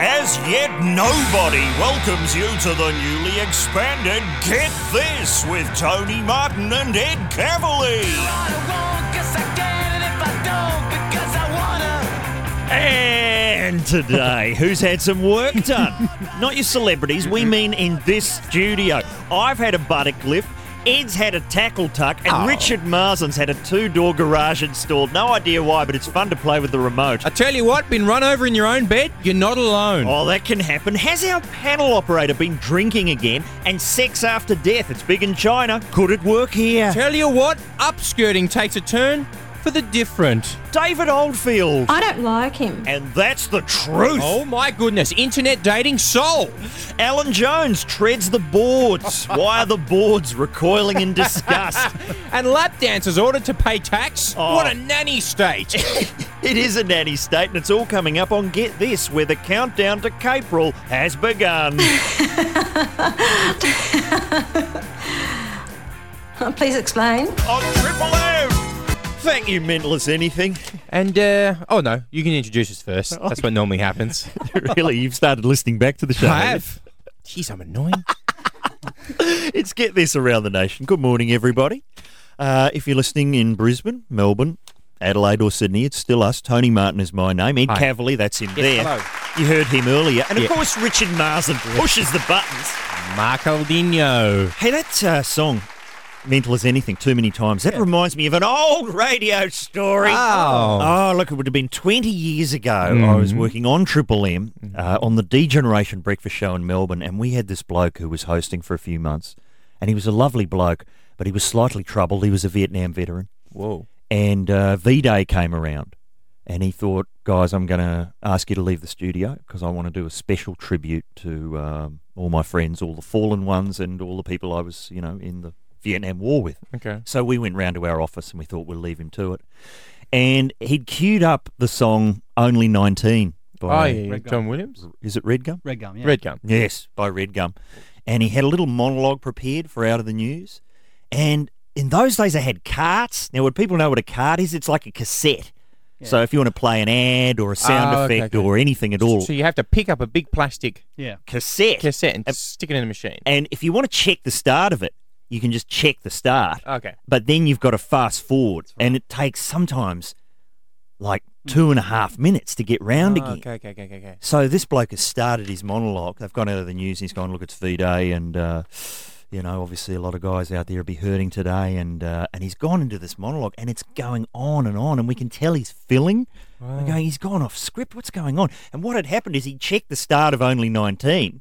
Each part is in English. As yet, nobody welcomes you to the newly expanded Get This with Tony Martin and Ed Cavalier. And today, who's had some work done? Not your celebrities, we mean in this studio. I've had a buttock lift. Ed's had a tackle tuck, Oh. and Richard Marsden's had a two-door garage installed. No idea why, but it's fun to play with the remote. I tell you what, been run over in your own bed, you're not alone. Oh, that can happen. Has our panel operator been drinking again? And sex after death, it's big in China. Could it work here? Tell you what, upskirting takes a turn for the different. David Oldfield. I don't like him. And that's the truth. Oh my goodness, internet dating soul. Alan Jones treads the boards. Why are the boards recoiling in disgust? And lap dancers ordered to pay tax? Oh. What a nanny state. it is a nanny state, and it's all coming up on Get This, where the countdown to Capril has begun. Please explain. on Triple M. Thank you, Mentalist Anything. and, uh, oh no, you can introduce us first. That's what normally happens. really, you've started listening back to the show. I have. Jeez, I'm annoying. It's Get This Around the Nation. Good morning, everybody. Uh, if you're listening in Brisbane, Melbourne, Adelaide, or Sydney, it's still us. Tony Martin is my name. Ed Hi. Cavalier, that's him there. hello. You heard him earlier. And of Yeah. course, Richard Marsden pushes the buttons. Marco Dino. Hey, that uh, song, Mental as Anything, too many times, that reminds me of an old radio story. Oh. Mm-hmm. Oh, look, it would have been 20 years ago. I was working on Triple M uh, on the Degeneration Breakfast Show in Melbourne, and we had this bloke who was hosting for a few months, and he was a lovely bloke, but he was slightly troubled. He was a Vietnam veteran. Whoa. And uh, V Day came around, and he thought, guys, I'm going to ask you to leave the studio because I want to do a special tribute to um, all my friends, all the fallen ones, and all the people I was, you know, in the Vietnam War with. Okay. So we went round to our office and we thought we'll leave him to it. And he'd queued up the song Only 19 Oh, by, yeah, John Williams? is it Red Gum? Red gum, yeah. Red gum. Yes, by Red Gum. And he had a little monologue prepared for Out of the News. And in those days, they had carts. Now, would people know what a cart is? It's like a cassette. So if you want to play an ad or a sound Oh, okay, effect okay. or anything at all, So you have to pick up a big plastic Yeah. cassette. cassette and stick it in a machine. And if you want to check the start of it, you can just check the start. Okay. but then you've got to fast forward, and it takes sometimes like two and a half minutes to get round Oh, again. okay, okay, okay, okay, okay. So this bloke has started his monologue. They've gone out of the news. And he's gone, look, it's V Day, and uh, you know, obviously, a lot of guys out there will be hurting today, and uh, and he's gone into this monologue, and it's going on and on, and we can tell he's filling. We're going, he's gone off script. What's going on? And what had happened is he checked the start of only nineteen.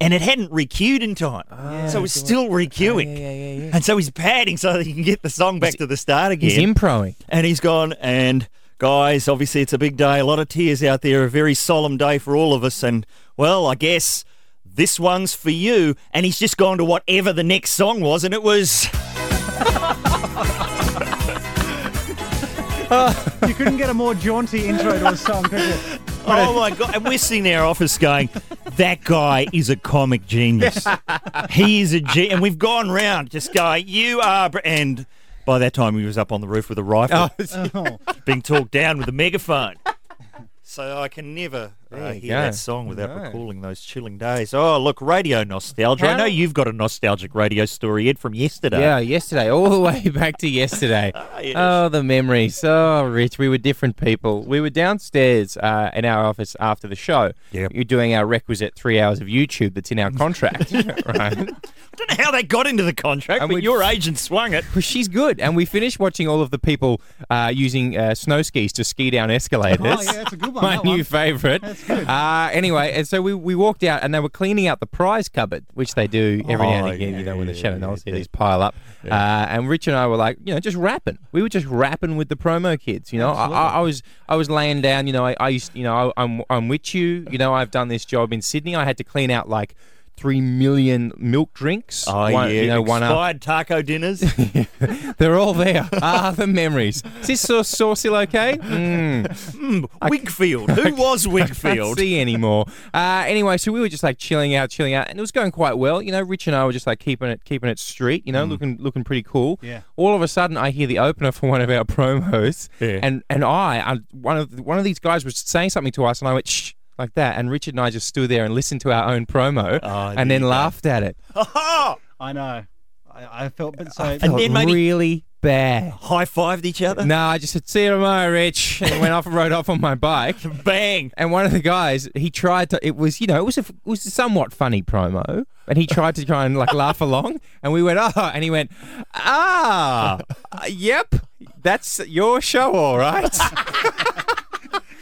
And it hadn't requeued in time, so it was still requeuing. And so he's padding so that he can get the song back to the start again. He's improing. And he's gone. And guys, obviously, it's a big day. A lot of tears out there. A very solemn day for all of us. And well, I guess this one's for you. And he's just gone to whatever the next song was, and it was. You couldn't get a more jaunty intro to a song, could you? Oh my god! And we're sitting in our office going, "That guy is a comic genius. He is a ge-" And we've gone round just going, "You are." Br-. And by that time, he was up on the roof with a rifle, Oh. being talked down with a megaphone. So I can never uh, you hear go. that song without No. recalling those chilling days. Oh, look, radio nostalgia. I How- know you've got a nostalgic radio story, Ed, from yesterday. Ah, Yeah, yesterday, all the way back to yesterday. yes. Oh, the memories. Oh, Rich, we were different people. We were downstairs uh, in our office after the show. Yep. You're doing our requisite three hours of YouTube that's in our contract, right? I don't know how they got into the contract, And but we'd- your agent swung it. Well, she's good. And we finished watching all of the people uh, using uh, snow skis to ski down escalators. Oh, yeah, that's a good one, My that new one. favorite. That's good. Uh, anyway, and so we, we walked out and they were cleaning out the prize cupboard, which they do every now Oh, and again, yeah, you know, when the yeah, Shannon yeah, Knowles yeah. these pile up. Uh, and Rich and I were like, you know, just rapping. We were just rapping with the promo kids, you know. I, I, I was I was laying down, you know, I, I used, you know, I, I'm, I'm with you. You know, I've done this job in Sydney. I had to clean out like three million milk drinks. Oh one- yeah, you know, one after expired taco dinners. they're all there. Ah, the memories. Is this sauce, Saucil okay? Mm, Wigfield. Who was can't Wigfield? see anymore. Uh, anyway, so we were just like chilling out, chilling out, and it was going quite well. You know, Rich and I were just like keeping it, keeping it street. Mm. You know, looking, looking pretty cool. Yeah. All of a sudden, I hear the opener for one of our promos, Yeah. uh, and and I, I one of one of these guys was saying something to us, and I went shh. like that. And Richard and I just stood there and listened to our own promo Oh, there and then you go. laughed at it. I know. I, I felt, but so And then maybe- really bad. High fived each other. No, I just said, see you tomorrow, Rich. And went off and rode off on my bike. Bang. And one of the guys, he tried to. It was, you know, it was a, it was a somewhat funny promo, and he tried to try and like laugh along. And we went, oh, and he went, ah, uh, yep, that's your show, all right.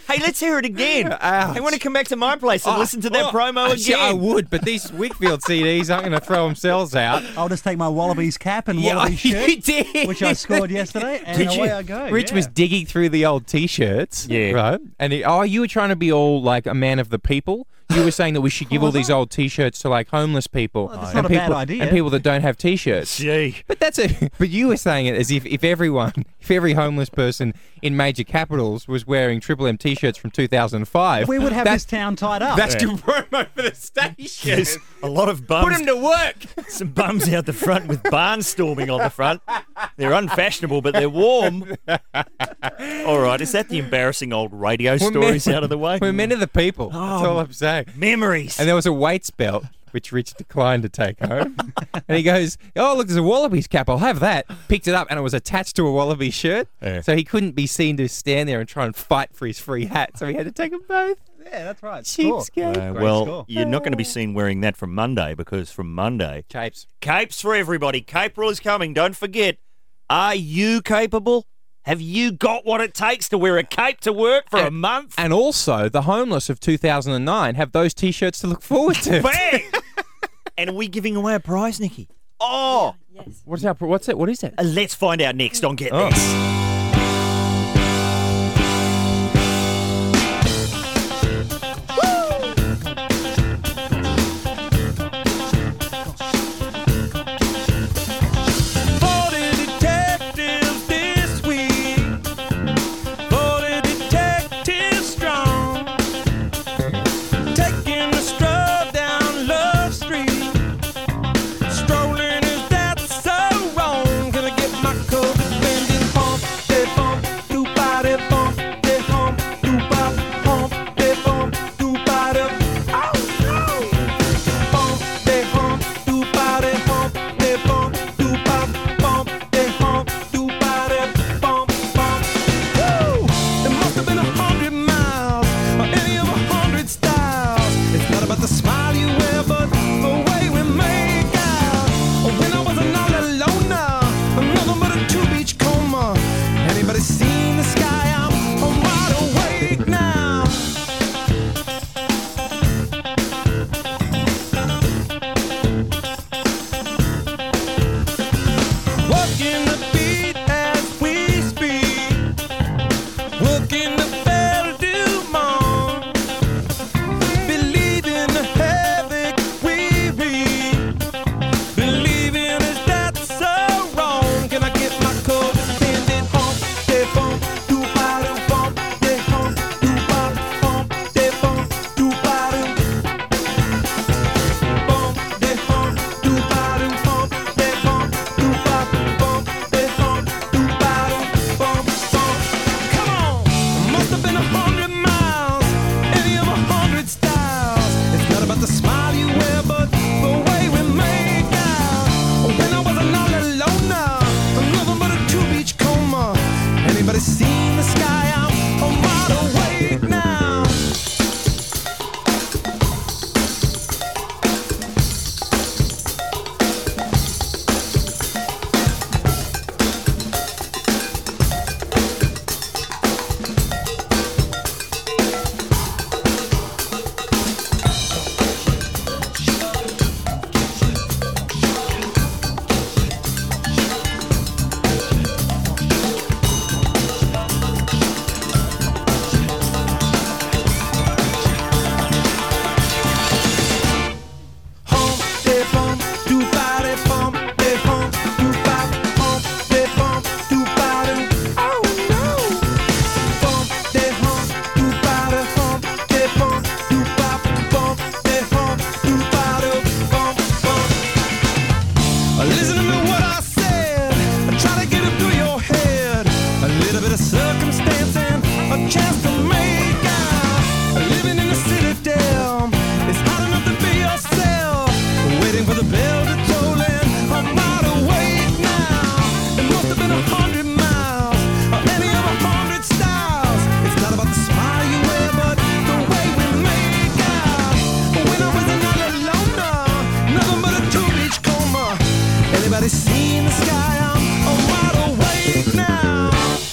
Hey, let's hear it again. Ouch. I want to come back to my place and listen to that Oh, promo actually, I again. would, but these Wickfield CDs aren't going to throw themselves out. I'll just take my Wallabies cap and Yeah, Wallabies you shirt, did. which I scored yesterday, and Did away you? I go. Rich yeah. was digging through the old T-shirts, Yeah. right? And he, oh, you were trying to be all like a man of the people. You were saying that we should give all these old T-shirts to like homeless people that's and not a people bad idea. and people that don't have T-shirts. Gee. But that's a. But you were saying it as if if everyone, if every homeless person in major capitals was wearing Triple M T-shirts from 2005, We would have that- this town tied up. That's your promo for the station. There's a lot of Put bums. him to work. some bums out the front with barnstorming on the front. They're unfashionable, but they're warm. All right, is that the embarrassing old radio stories out of the way? We're men of the Oh, people. That's all I'm saying. Memories. And there was a weights belt, which Rich declined to take home. and he goes, Oh, look, there's a Wallabies cap. I'll have that. Picked it up, and it was attached to a Wallaby shirt. Yeah. So he couldn't be seen to stand there and try and fight for his free hat. So he had to take them both. yeah, that's right. Score. Cheapskate. Uh, Great well, score. you're not going to be seen wearing that from Monday because from Monday, Capes. capes for everybody. Cape rule is coming. Don't forget. Are you capable? Have you got what it takes to wear a cape to work for a month? And also, the homeless of 2009 have those t shirts to look forward to. Bang! and are we giving away a prize, Nikki? Oh, what's, our, what's it? What is it? uh, let's find out next on Get Oh. This. Smile you wear, but the way we make out. Oh, When I was an all alone now, I'm nothing but a two beach coma. Anybody seen the sky? I'm, I'm wide awake now. Working the beat as we speak. Working the bell do mom. Believe in the havoc we reap. Believing is that so wrong? Can I get my codependent home? They bump, do bottom, bump, they hump, do bump, bump, they bump, do bottom. Bump, they hump, do bottom, bump, they hump, do bop, bump, they hump, do bottom, bump, bump. Come on! Must have been a hundred miles, any of a hundred styles. It's not about the smile you wear, but the way we make out. When I was an all alone now, I'm nothing but a two beach coma. Anybody seen the sky? I'm, I'm wide awake now. Oh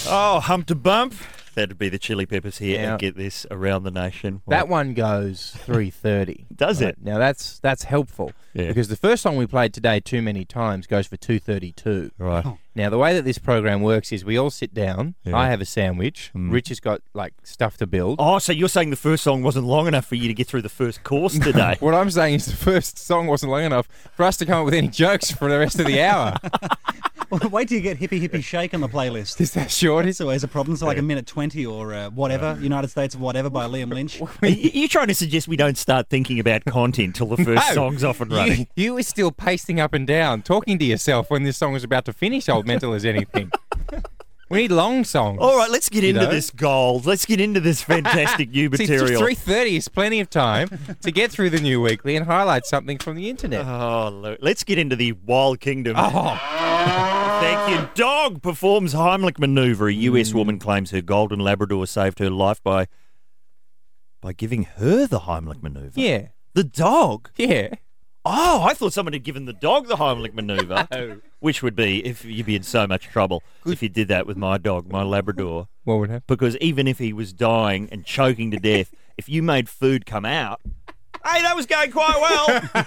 Oh, hump to bump. That'd be the Chili Peppers here Yeah. and get this around the nation. That one goes 3:30. Does Right, it? Now that's that's helpful Yeah. because the first song we played today too many times goes for 2:32. right. Now the way that this program works is we all sit down. Yeah. Mm. I have a sandwich. Rich has got like stuff to build. Oh, so you're saying the first song wasn't long enough for you to get through the first course today? What I'm saying is the first song wasn't long enough for us to come up with any jokes for the rest of the hour. Wait till you get hippy hippy shake on the playlist. is that short? It's always a problem. So like a minute twenty or uh, whatever. United States of Whatever by Liam Lynch. Are you you trying to suggest we don't start thinking about content till the first No. song's off and running? You, you were still pacing up and down, talking to yourself when this song was about to finish, old mental as anything. we need long songs. All right, let's get into know? this gold. Let's get into this fantastic new See, it's material. Three thirty is plenty of time to get through the new weekly and highlight something from the internet. Oh, Lou, let's get into the Wild Kingdom. oh, Thank you. Dog performs Heimlich maneuver. A U.S. Hmm. woman claims her golden Labrador saved her life by by giving her the Heimlich maneuver. yeah, The dog. yeah. Oh, I thought someone had given the dog the Heimlich maneuver, which would be if you'd be in so much trouble if you did that with my dog, my Labrador. What would happen? Because even if he was dying and choking to death, if you made food come out, hey, that was going quite well.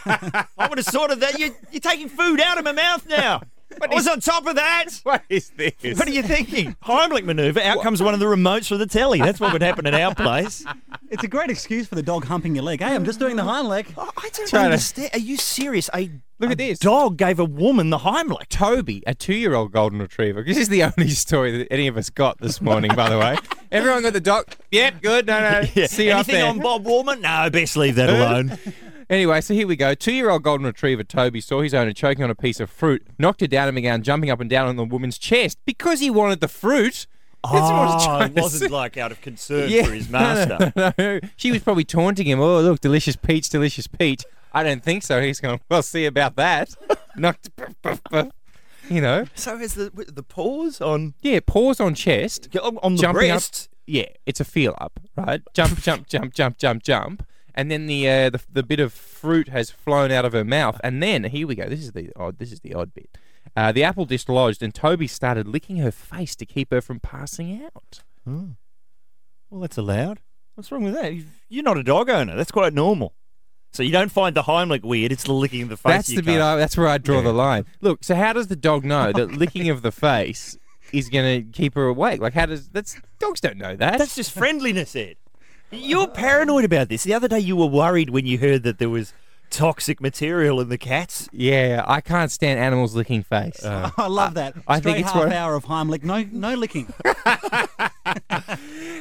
I would have sorted that. You, you're taking food out of my mouth now. I was on top of that. What is this? What are you thinking? Heimlich maneuver. Out comes one of the remotes for the telly. That's what would happen at our place. It's a great excuse for the dog humping your leg. Hey, I'm just doing the hind leg. Oh, I I don't Tryna- understand. Are you serious? A Look a at this. dog gave a woman the Heimlich. Toby, a two-year-old golden retriever. This is the only story that any of us got this morning, by the way. Everyone got the doc. Yep, good. No, no. Yeah. See you up Anything there. on Bob Woolman? No, best leave that alone. Anyway, so here we go. Two year old golden retriever Toby saw his owner choking on a piece of fruit, knocked her down and began jumping up and down on the woman's chest because he wanted the fruit. That's what I was oh, trying it to wasn't say. like out of concern Yeah, for his master. No, no, no. She was probably taunting him. Oh, look, delicious peach, delicious peach. I don't think so. He's going, well, see about that. Knocked, you know. So is the the pause on Yeah, paws on chest. on, on the jumping breast? up. Yeah, it's a feel up, right? Jump, jump, jump, jump, jump, jump, and then the, uh, the the bit of fruit has flown out of her mouth, and then here we go. This is the odd. This is the odd bit. Uh, the apple dislodged, and Toby started licking her face to keep her from passing out. Well, that's allowed. What's wrong with that? You- You're not a dog owner. That's quite normal. So you don't find the Heimlich weird. It's the licking of the face. That's you the bit. can't- I, that's where I draw the line. Look, so how does the dog know that licking of the face is going to keep her awake? Like, how does that's dogs don't know that. That's just friendliness, Ed. You're paranoid about this. The other day you were worried when you heard that there was toxic material in the cats. yeah, I can't stand animals licking face. Uh, I love that. I Straight think it's half one- hour of Heimlich. No, no licking.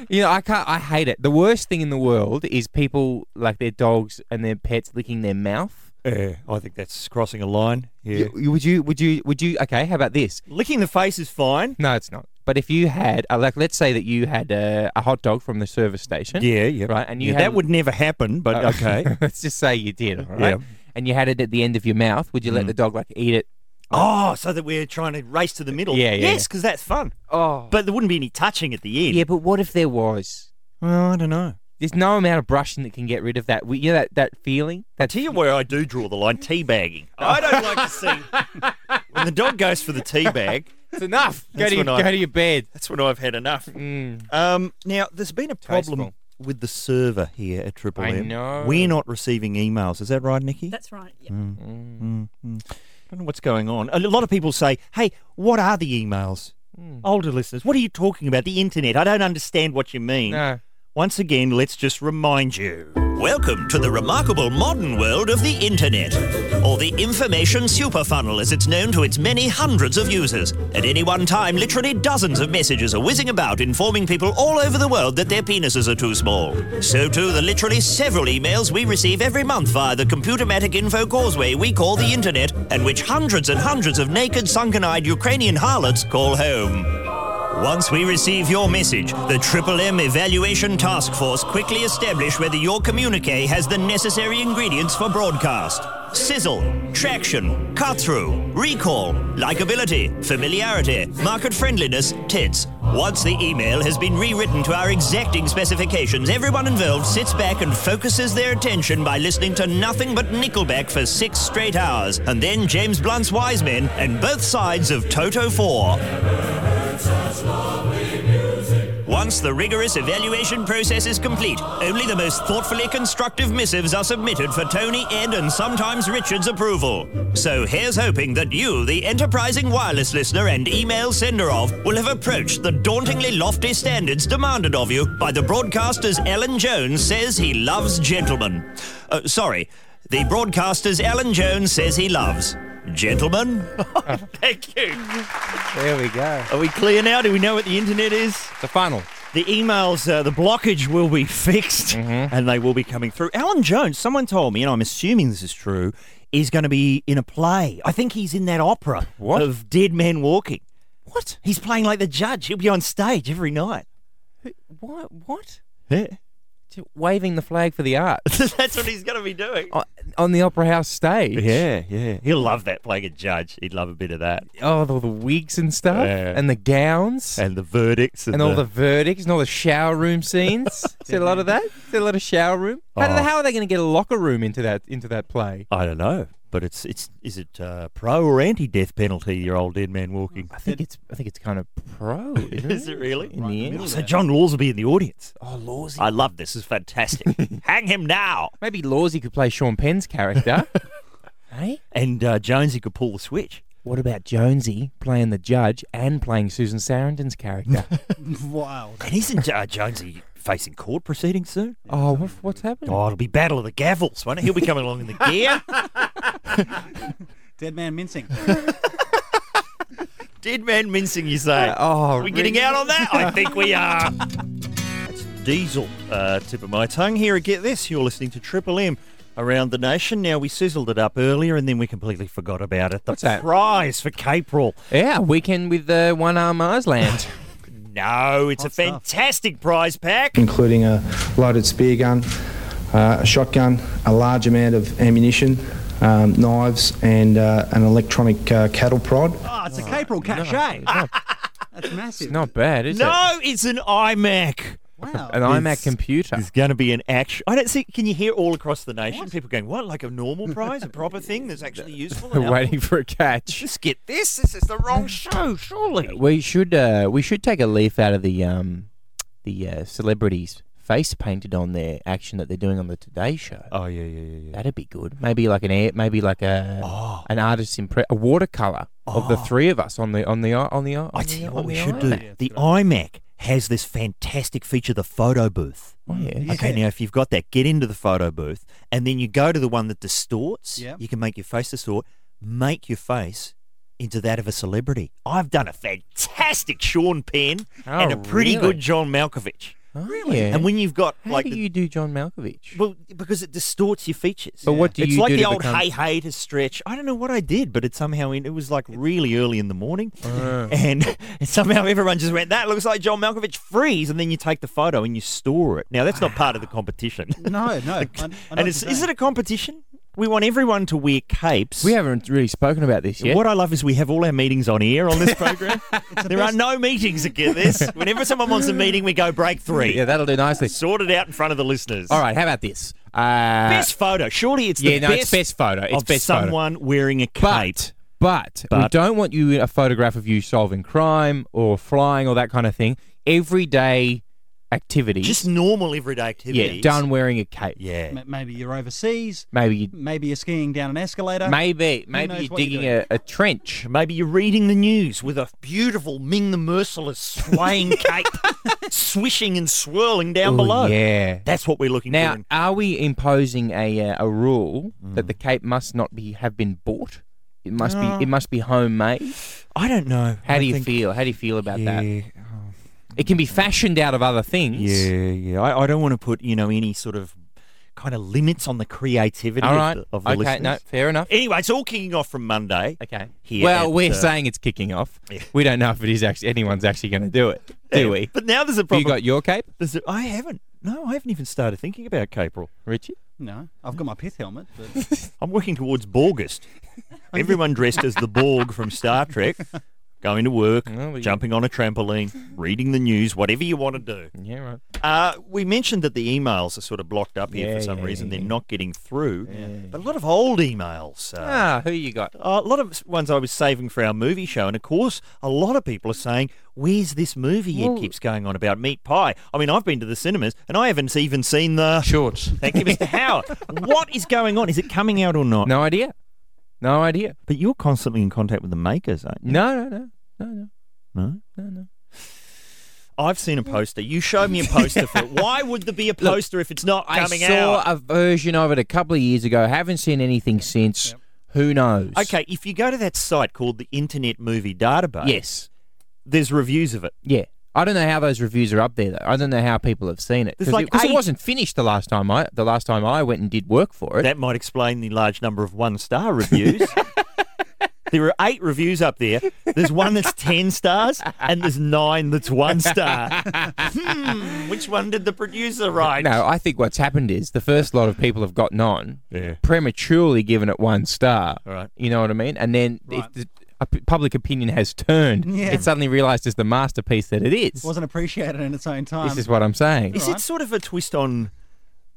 You know, I can't. I hate it. The worst thing in the world is people like their dogs and their pets licking their mouth. Yeah, I think that's crossing a line. Yeah. You- you- would you? Would you? Would you? Okay. How about this? Licking the face is fine. No, it's not. But if you had, uh, like, let's say that you had uh, a hot dog from the service station. Yeah, yeah. Right, and you Yeah, had- Oh. that would never happen, but okay. let's just say you did. All right. Yeah. Mm. And you had it at the end of your mouth. Would you let the dog like eat it? oh, so that we're trying to race to the middle. Yeah, yeah, Yes, yeah. because that's fun. Oh. But But there wouldn't be any touching at the end. yeah. But what if there was? Well, I don't know. There's no amount of brushing that can get rid of that. We- You know that that feeling. That Tell you where I do draw the line: teabagging. I don't like to see when the dog goes for the teabag. it's enough. go That's to your, when I- go to your bed. That's when I've had enough. Mm. Um, now, there's been a problem Tasteful. with the server here at Triple I M. know. We're not receiving emails. Is that right, Nikki? That's right. Yeah. Mm. I don't know what's going on. A lot of people say, hey, what are the emails? Older listeners, what are you talking about? The internet. I don't understand what you mean. No. Once again, let's just remind you. Welcome to the remarkable modern world of the internet, or the information super funnel as it's known to its many hundreds of users. At any one time, literally dozens of messages are whizzing about informing people all over the world that their penises are too small. So too the literally several emails we receive every month via the computermatic info causeway we call the internet, and which hundreds and hundreds of naked, sunken-eyed Ukrainian harlots call home. Once we receive your message, the Triple M Evaluation Task Force quickly establish whether your communique has the necessary ingredients for broadcast. Sizzle, traction, cut through, recall, likability, familiarity, market friendliness, tits. Once the email has been rewritten to our exacting specifications, everyone involved sits back and focuses their attention by listening to nothing but Nickelback for six straight hours, and then James Blunt's Wise Men and both sides of Toto 4. Once the rigorous evaluation process is complete, only the most thoughtfully constructive missives are submitted for Tony, Ed, and sometimes Richard's approval. So here's hoping that you, the enterprising wireless listener and email sender of, will have approached the dauntingly lofty standards demanded of you by the broadcaster's Alan Jones says he loves gentlemen. Uh, sorry, the broadcaster's Alan Jones says he loves gentlemen. Thank you. There we go. Are we clear now? Do we know what the internet is? The final. The emails, uh, the blockage will be fixed and they will be coming through. Alan Jones, someone told me, and I'm assuming this is true, is going to be in a play. I think he's in that opera What? of Dead Men Walking. What? He's playing like the judge. He'll be on stage every night. What? What? Yeah. Just Waving the flag for the art That's what he's going to be doing. O- on the Opera House stage. Yeah, yeah. He'll love that playing a judge. He'd love a bit of that. Oh, all the wigs and stuff, Yeah. and the gowns, and, And the verdicts and, all the verdicts, and all the shower room scenes. Is there a lot of that? Is there a lot of shower room? How, do they- Oh. how are they going to get a locker room into that into that play? I don't know, but it's it's is it uh, pro or anti death penalty? Your old dead man walking. I think it's I think it's kind of pro. Isn't Is it really? In the end. So John Laws will be in the audience. Oh, Lawsy. I love this. This is fantastic. Hang him now. Maybe Lawsy could play Sean Penn's character. hey, And uh, Jonesy could pull the switch. what about Jonesy playing the judge and playing Susan Sarandon's character? Wow. And isn't uh, Jonesy facing court proceedings soon? oh, what, what's happening? Oh, it'll be Battle of the Gavels, won't it? He'll be coming along in the gear. Dead man mincing. Dead man mincing, you say? Oh, Are we getting out on that? I think we are. That's Diesel, uh, tip of my tongue here at Get This. You're listening to Triple M around the nation. Now, we sizzled it up earlier and then we completely forgot about it. The What's that? prize for Capril. Yeah, weekend with uh, One Arm Mars Land. No, it's a stuff. fantastic prize pack. including a loaded spear gun, uh, a shotgun, a large amount of ammunition, um, knives, and uh, an electronic uh, cattle prod. Oh, it's a cap- April cachet. That's massive. Not bad, is it? no, it's an iMac. Wow. An iMac It's- computer. There's going to be an action. I don't see. Can you hear all across the nation? People going, what? Like a normal prize, a proper thing that's actually useful. and We're waiting helpful? for a catch. Just get this. This is the wrong show, surely. We should uh, we should take a leaf out of the um, the uh, celebrities' face painted on their action that they're doing on the Today Show. Oh yeah, yeah, yeah, yeah. That'd be good. Maybe like an air, maybe like a Oh. an artist's impre- a watercolor of the three of us on the on the on the. On I the tell you on what we the should do. island. The iMac has this fantastic feature, the photo booth. Oh, yeah. Okay, now if you've got that, get into the photo booth, and then you go to the one that distorts. Yeah. You can make your face distort. Make your face into that of a celebrity. I've done a fantastic Sean Penn and a Oh, pretty really? good John Malkovich. Oh, really? And when you've got how like do the- you do John Malkovich? well, because it distorts your features. But what do it's you like do the to old become- hey hey to stretch. I don't know what I did, but it somehow in, it was like really early in the morning, Uh. and, and somehow everyone just went, "That looks like John Malkovich." Freeze, and then you take the photo and you store it. Now that's not part of the competition. No, no. I, I know what and it's, you're is it saying. a competition? We want everyone to wear capes. we haven't really spoken about this yet. What I love is we have all our meetings on air on this program. there are no meetings at Get This. Whenever someone wants a meeting, we go break three. yeah, that'll do nicely. Sort it out in front of the listeners. All right, how about this? Uh, Best photo. Surely it's yeah, the no, best, it's best photo. It's of best photo. someone wearing a cape. But, but, we But- don't want you a photograph of you solving crime or flying or that kind of thing. Everyday activities. Just normal everyday yeah, activities. done wearing a cape. Yeah. M- Maybe you're overseas. Maybe you, Maybe you're skiing down an escalator. maybe, maybe knows you're what you're digging doing? a, a trench. Maybe you're reading the news with a beautiful Ming the Merciless swaying cape, swishing and swirling down Ooh, below. Yeah. That's what we're looking Now, for. in- Mm. are we imposing a uh, a rule that the cape must not be have been bought? It must be it must be homemade. Uh. I don't know. How I do you think- feel? How do you feel about that? Yeah, It can be fashioned out of other things. yeah, yeah. I, I don't want to put you know any sort of kind of limits on the creativity All right. of the, of the okay. listeners. No. Fair enough. Anyway, it's all kicking off from Monday. Okay. Here well, at, we're uh, saying it's kicking off. Yeah. We don't know if it is actually anyone's actually going to do it, do we? But now there's a Have you problem. got your cape, There's a- I haven't. No, I haven't even started thinking about Capril. Richie? No, I've got my pith helmet. But I'm working towards Borgest. Everyone dressed as the Borg from Star Trek. going to work, Well, we- jumping on a trampoline, reading the news, whatever you want to do. Yeah, right. Uh, we mentioned that the emails are sort of blocked up here Yeah, for some yeah, reason. yeah, They're yeah. not getting through. But a lot of old emails. Uh, Ah, who you got? a lot of ones I was saving for our movie show, and of course, a lot of people are saying, "Where's this movie?" It keeps going on about meat pie. I mean, I've been to the cinemas, and I haven't even seen the. Shorts. Thank you, Mr. Howard. What is going on? Is it coming out or not? No idea. No idea. But you're constantly in contact with the makers, aren't you? No, no, no, no, no. No, no, no. I've seen a poster. You showed me a poster for it. Why would there be a poster if it's not I coming saw out? a version of it a couple of years ago. Haven't seen anything since. Who knows? Okay, if you go to that site called the Internet Movie Database, Yes. there's reviews of it. Yeah. I don't know how those reviews are up there though. I don't know how people have seen it There's because like it, 'cause it eight- wasn't finished the last time I the last time I went and did work for it. That might explain the large number of one star reviews. there are eight reviews up there. There's one that's 10 stars, and there's nine that's one star. hmm, which one did the producer write? No, I think what's happened is the first lot of people have gotten on prematurely given it one star. Right. You know what I mean? And then if the, uh, p- public opinion has turned. Yeah. It suddenly realised it's the masterpiece that it is. Wasn't appreciated in its own time. This is what I'm saying. um, Is it sort of a twist on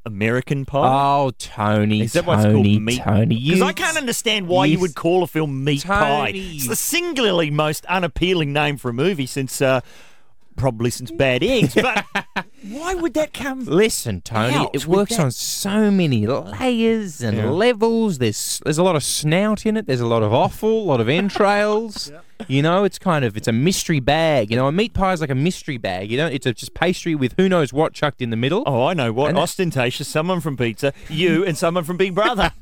American Pie? Oh, Tony, Is that why it's called Tony, meat? Tony, Because you I can't understand why you you- would call a film Meat Pie. Tony. It's the singularly most unappealing name for a movie since, uh, probably since Bad Eggs. But why would that come? Listen, Tony, Ouch, it with works that- on so many layers and levels. There's there's a lot of snout in it. There's a lot of offal, a lot of entrails. You know, it's kind of it's a mystery bag. You know, a meat pie is like a mystery bag. You know, it's a, just pastry with who knows what chucked in the middle. Oh, I know what. And- Ostentatious, someone from pizza, you, and someone from Big Brother.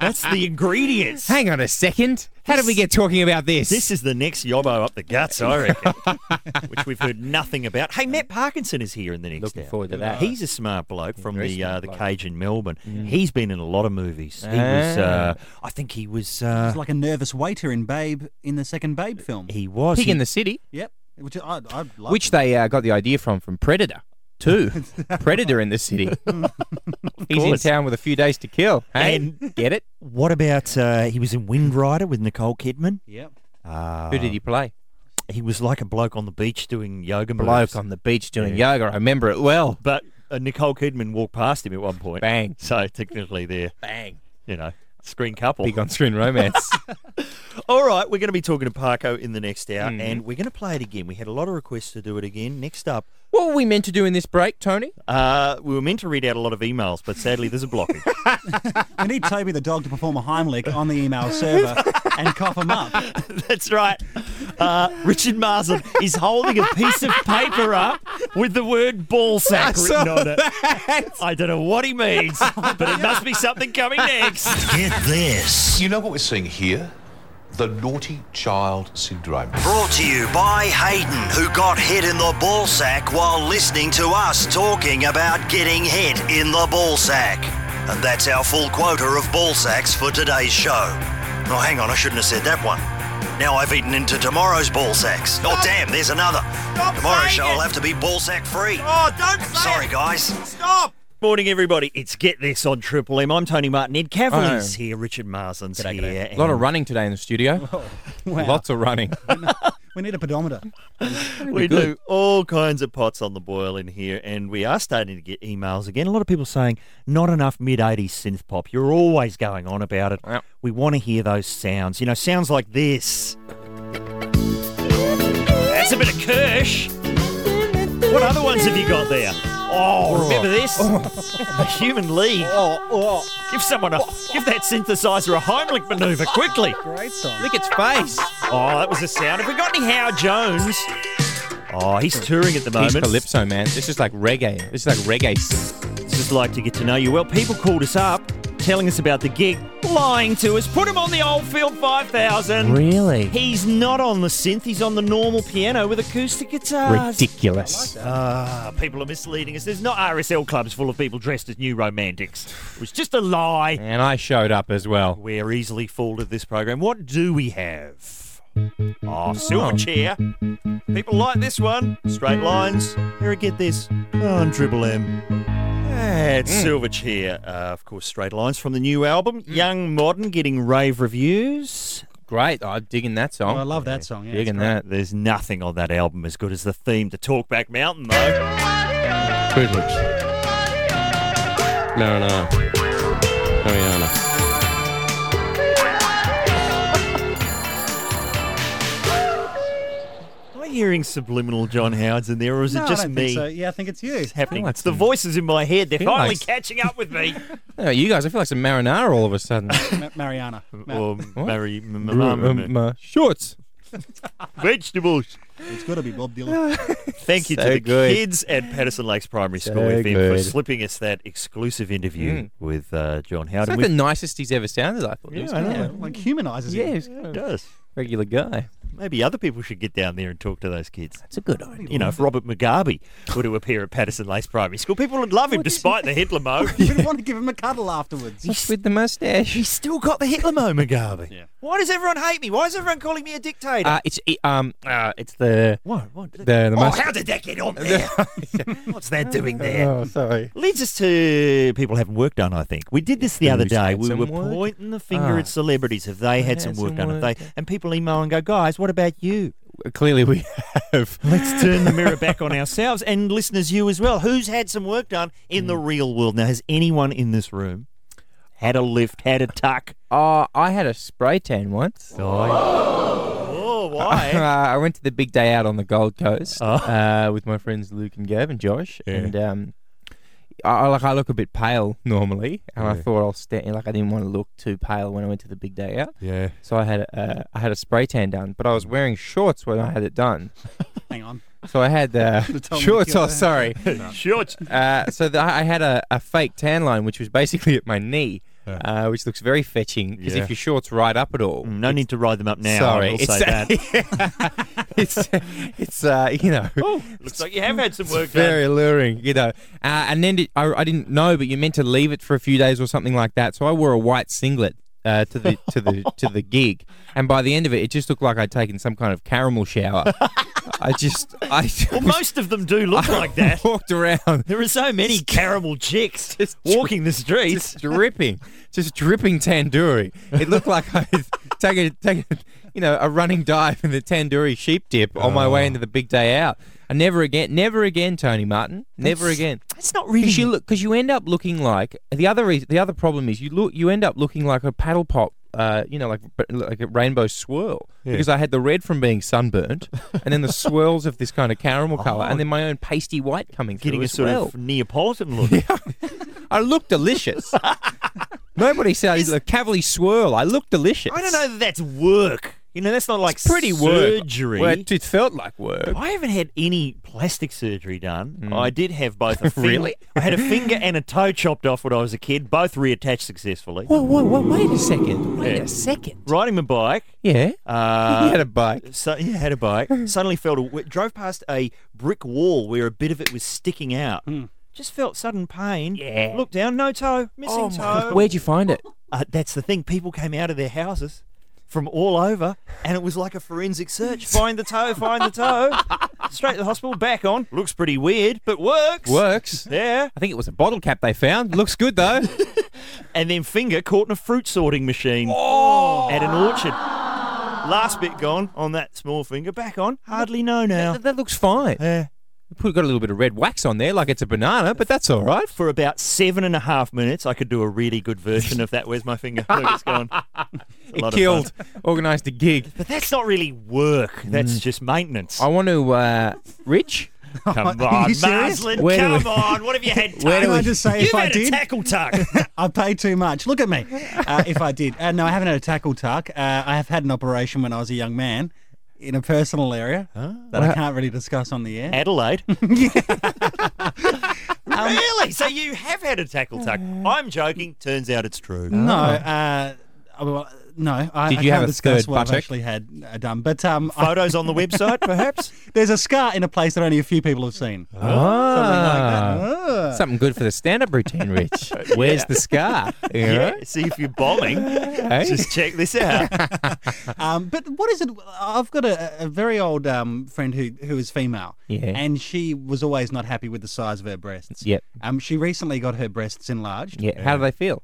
That's the ingredients. Hang on a second. How did we get talking about this? This is the next yobbo up the guts, I reckon, which we've heard nothing about. Hey, Matt Parkinson is here in the next Looking hour. forward to that. He's a smart bloke from very the smart uh, the bloke. Mm. cage in Melbourne. He's been in a lot of movies. He was, Ah. uh, I think he was, uh, It's like a nervous waiter in Babe in the second Babe film. he was. Pig he- in the City, Yep. Which I, I love. which they uh, got the idea from from Predator. Too. Predator in the City. He's in course. town with a few days to kill. Hey, And- get it? what about? Uh, he was in Wind Rider with Nicole Kidman. Yep. Uh, Who did he play? He was like a bloke on the beach doing yoga moves. bloke on the beach doing yoga. I remember it well. but uh, Nicole Kidman walked past him at one point. Bang. So technically, they're Bang. you know screen couple. Big on screen romance. All right, we're going to be talking to Parko in the next hour, Mm. and we're going to play it again. We had a lot of requests to do it again. Next up, what were we meant to do in this break, Tony? uh, we were meant to read out a lot of emails, but sadly, there's a blockage. We need Toby the dog to perform a Heimlich on the email server and cough him up. That's right. Uh, Richard Marsden is holding a piece of paper up with the word ball sack written on it. I don't know what he means, but it must be something coming next. Get this. You know what we're seeing here? The naughty child syndrome. Brought to you by Hayden, who got hit in the ball sack while listening to us talking about getting hit in the ball sack. And that's our full quota of ball sacks for today's show. Oh, hang on, I shouldn't have said that one. Now I've eaten into tomorrow's ball sacks. Oh, damn, there's another. Tomorrow's show will have to be ball sack free. Oh, don't Sorry, guys. Morning, everybody. It's Get This on Triple M. I'm Tony Martin. Ed Cavill Oh. is here. Richard Marsden's here. A lot of and running today in the studio. Wow. Lots of running. We need a pedometer. we do all kinds of pots on the boil in here, and we are starting to get emails again. A lot of people saying, not enough mid 80s synth pop. You're always going on about it. Yep. We want to hear those sounds. You know, sounds like this. That's a bit of Kirsch. What other ones have you got there? Oh, remember this? the Human League. Oh, Give someone a give that synthesizer a Heimlich maneuver quickly. Great song. Look its face. Oh, that was the sound. Have we got any Howard Jones? Oh, he's touring at the He's moment. calypso, man. This is like reggae. This is like reggae. synth. Just like to get to know you. Well, people called us up, telling us about the gig, lying to us, put him on the old field 5000. Really? He's not on the synth, he's on the normal piano with acoustic guitars. Ridiculous. uh, Ah, people are misleading us. There's not RSL clubs full of people dressed as new romantics. It was just a lie. And I showed up as well. We're easily fooled at this program. What do we have? Oh, silver chair. People like this one. Straight lines. Here, I get this on Oh, Triple M. Mm. It's Mm. Silverchair, uh, of course, Straight Lines from the new album, Young Modern, getting rave reviews. great. I'm digging that song. Oh, I love that song. Yeah, it's digging great. that. There's nothing on that album as good as the theme to Talkback Mountain, though. Fruit Loops. Marinara. Ariana. Am I hearing subliminal John Howards in there, or is No, it I just don't think me? so. Yeah, I think it's you. It's happening. Feel like Oh, It's the some- voices in my head. They're Feel like finally s- catching up with me. Oh, you guys, I feel like some marinara all of a sudden. Ma- Mariana. Ma- or Mary, Um, uh, Shorts. vegetables. it's got to be Bob Dylan. Thank you to So the good. kids at Patterson Lakes Primary School So FM for good. slipping us that exclusive interview with uh, John It's Howard. like And the nicest he's ever sounded. I thought. we've- It was yeah, I kinda- know. like humanizes Yeah, you. he's It kind of does. a regular guy. Maybe other people should get down there and talk to those kids. It's a good idea. You know, if Robert Mugabe were to appear at Patterson Lakes Primary School, people would love him despite the Hitler mo. You would want to give him a cuddle afterwards. What's with the mustache? He's still got the Hitler mo, Mugabe. Yeah. Why does everyone hate me? Why is everyone calling me a dictator? Uh, it's it, um uh, it's the what? What? the the oh, mustache. how did that get on there? What's that doing there? Oh, sorry. Leads us to people having work done, I think. We did this the other Who's day. had We some were work? pointing the finger Ah. at celebrities if they had some Had work some done. If they, work, yeah. and people email and go, guys, what about you? Clearly, we have. Let's turn the mirror back on ourselves and listeners, you as well. Who's had some work done in Hmm. the real world? Now, has anyone in this room had a lift, had a tuck? Uh, I had a spray tan once. Oh, Uh, why? Oh. I went to the big day out on the Gold Coast uh, with my friends Luke and Gav and Josh, and um, I, I- like I look a bit pale normally, and I thought I'll stand like I didn't want to look too pale when I went to the big day out, yeah. so I had uh, I had a spray tan done, but I was wearing shorts when I had it done, Hang on. so I had uh, Should've told me to shorts. kill Oh, that. sorry. Short. Uh, so the, I had a, a fake tan line, which was basically at my knee, uh, which looks very fetching because Yeah. Mm, if your shorts right up at all, No need to ride them up now. Sorry, I will it's say that. it's it's uh, you know Looks like you have had some work done. very alluring, you know. Uh, and then did, I, I didn't know, but you meant to leave it for a few days or something like that. So I wore a white singlet. Uh, to the to the to the gig, and by the end of it, it just looked like I'd taken some kind of caramel shower. I just I Well, most of them do look like that. walked around There are so many caramel chicks Just dri- walking the streets. just dripping, just dripping tandoori. It looked like I had taken, taken, you know, a running dive in the tandoori sheep dip on my Oh. way into the big day out. And never again, never again, Tony Martin, never again. That's not Because you look, because you end up looking like the other. Reason, the other problem is you look, you end up looking like a paddle pop. Uh, you know, like but like a rainbow swirl, because I had the red from being sunburnt, and then the swirls of this kind of caramel color, and then my own pasty white coming through Oh. getting a as sort well. of Neapolitan look. I look delicious. Nobody said I look cavally swirl. I look delicious. I don't know that that's work. You know, that's not like It's pretty work. surgery. Well, it, it felt like work. Hmm. I haven't had any plastic surgery done. I did have both. A finger, Really? I had a finger and a toe chopped off when I was a kid. Both reattached successfully. Whoa, whoa, whoa! Wait a second. Wait Yeah. a second. Riding my bike. Yeah. Uh, he had a bike. So, yeah, had a bike. Suddenly felt a, w- drove past a brick wall where a bit of it was sticking out. Hmm. Just felt sudden pain. Yeah. Looked down, no toe, missing toe. Where'd you find it? Uh, that's the thing. People came out of their houses from all over, and it was like a forensic search. Find the toe, find the toe. Straight to the hospital, back on. Looks pretty weird, but works. Works. Yeah. I think it was a bottle cap they found. Looks good though. And then finger caught in a fruit sorting machine Oh. at an orchard. Last bit gone on that small finger. Back on. Hardly know now. that, that looks fine. Yeah. Put got a little bit of red wax on there, like it's a banana, but that's all right. for about seven and a half minutes, I could do a really good version of that. Where's my finger? Look, it's gone. It's a lot It of fun. killed. Organised a gig. But that's not really work. That's just maintenance. Mm. I want to, uh, Rich. come Are on, you serious? Marslin, Where do come we- on. What have you had? Where do tucked? Can I just say You've if I had a did- tackle tuck. I pay too much. Look at me. Uh, if I did. Uh, no, I haven't had a tackle tuck. Uh, I have had an operation when I was a young man in a personal area that I can't really discuss on the air. Adelaide. um, really? So you have had a tackle tuck? I'm joking. Turns out it's true. No, uh, I- well, no. I, Did I you can't have a discuss third what I've buttock? actually had uh, done. But um, I- Photos on the website, perhaps. there's a scar in a place that only a few people have seen. Ah. Ah. Something good for the stand-up routine, Rich. Where's the scar? You know? Yeah. See if you're bombing. Hey? Just check this out. Um, but what is it? I've got a, a very old um, friend who who is female, Yeah. and she was always not happy with the size of her breasts. Yep. Um, she recently got her breasts enlarged. Yeah. How do they feel?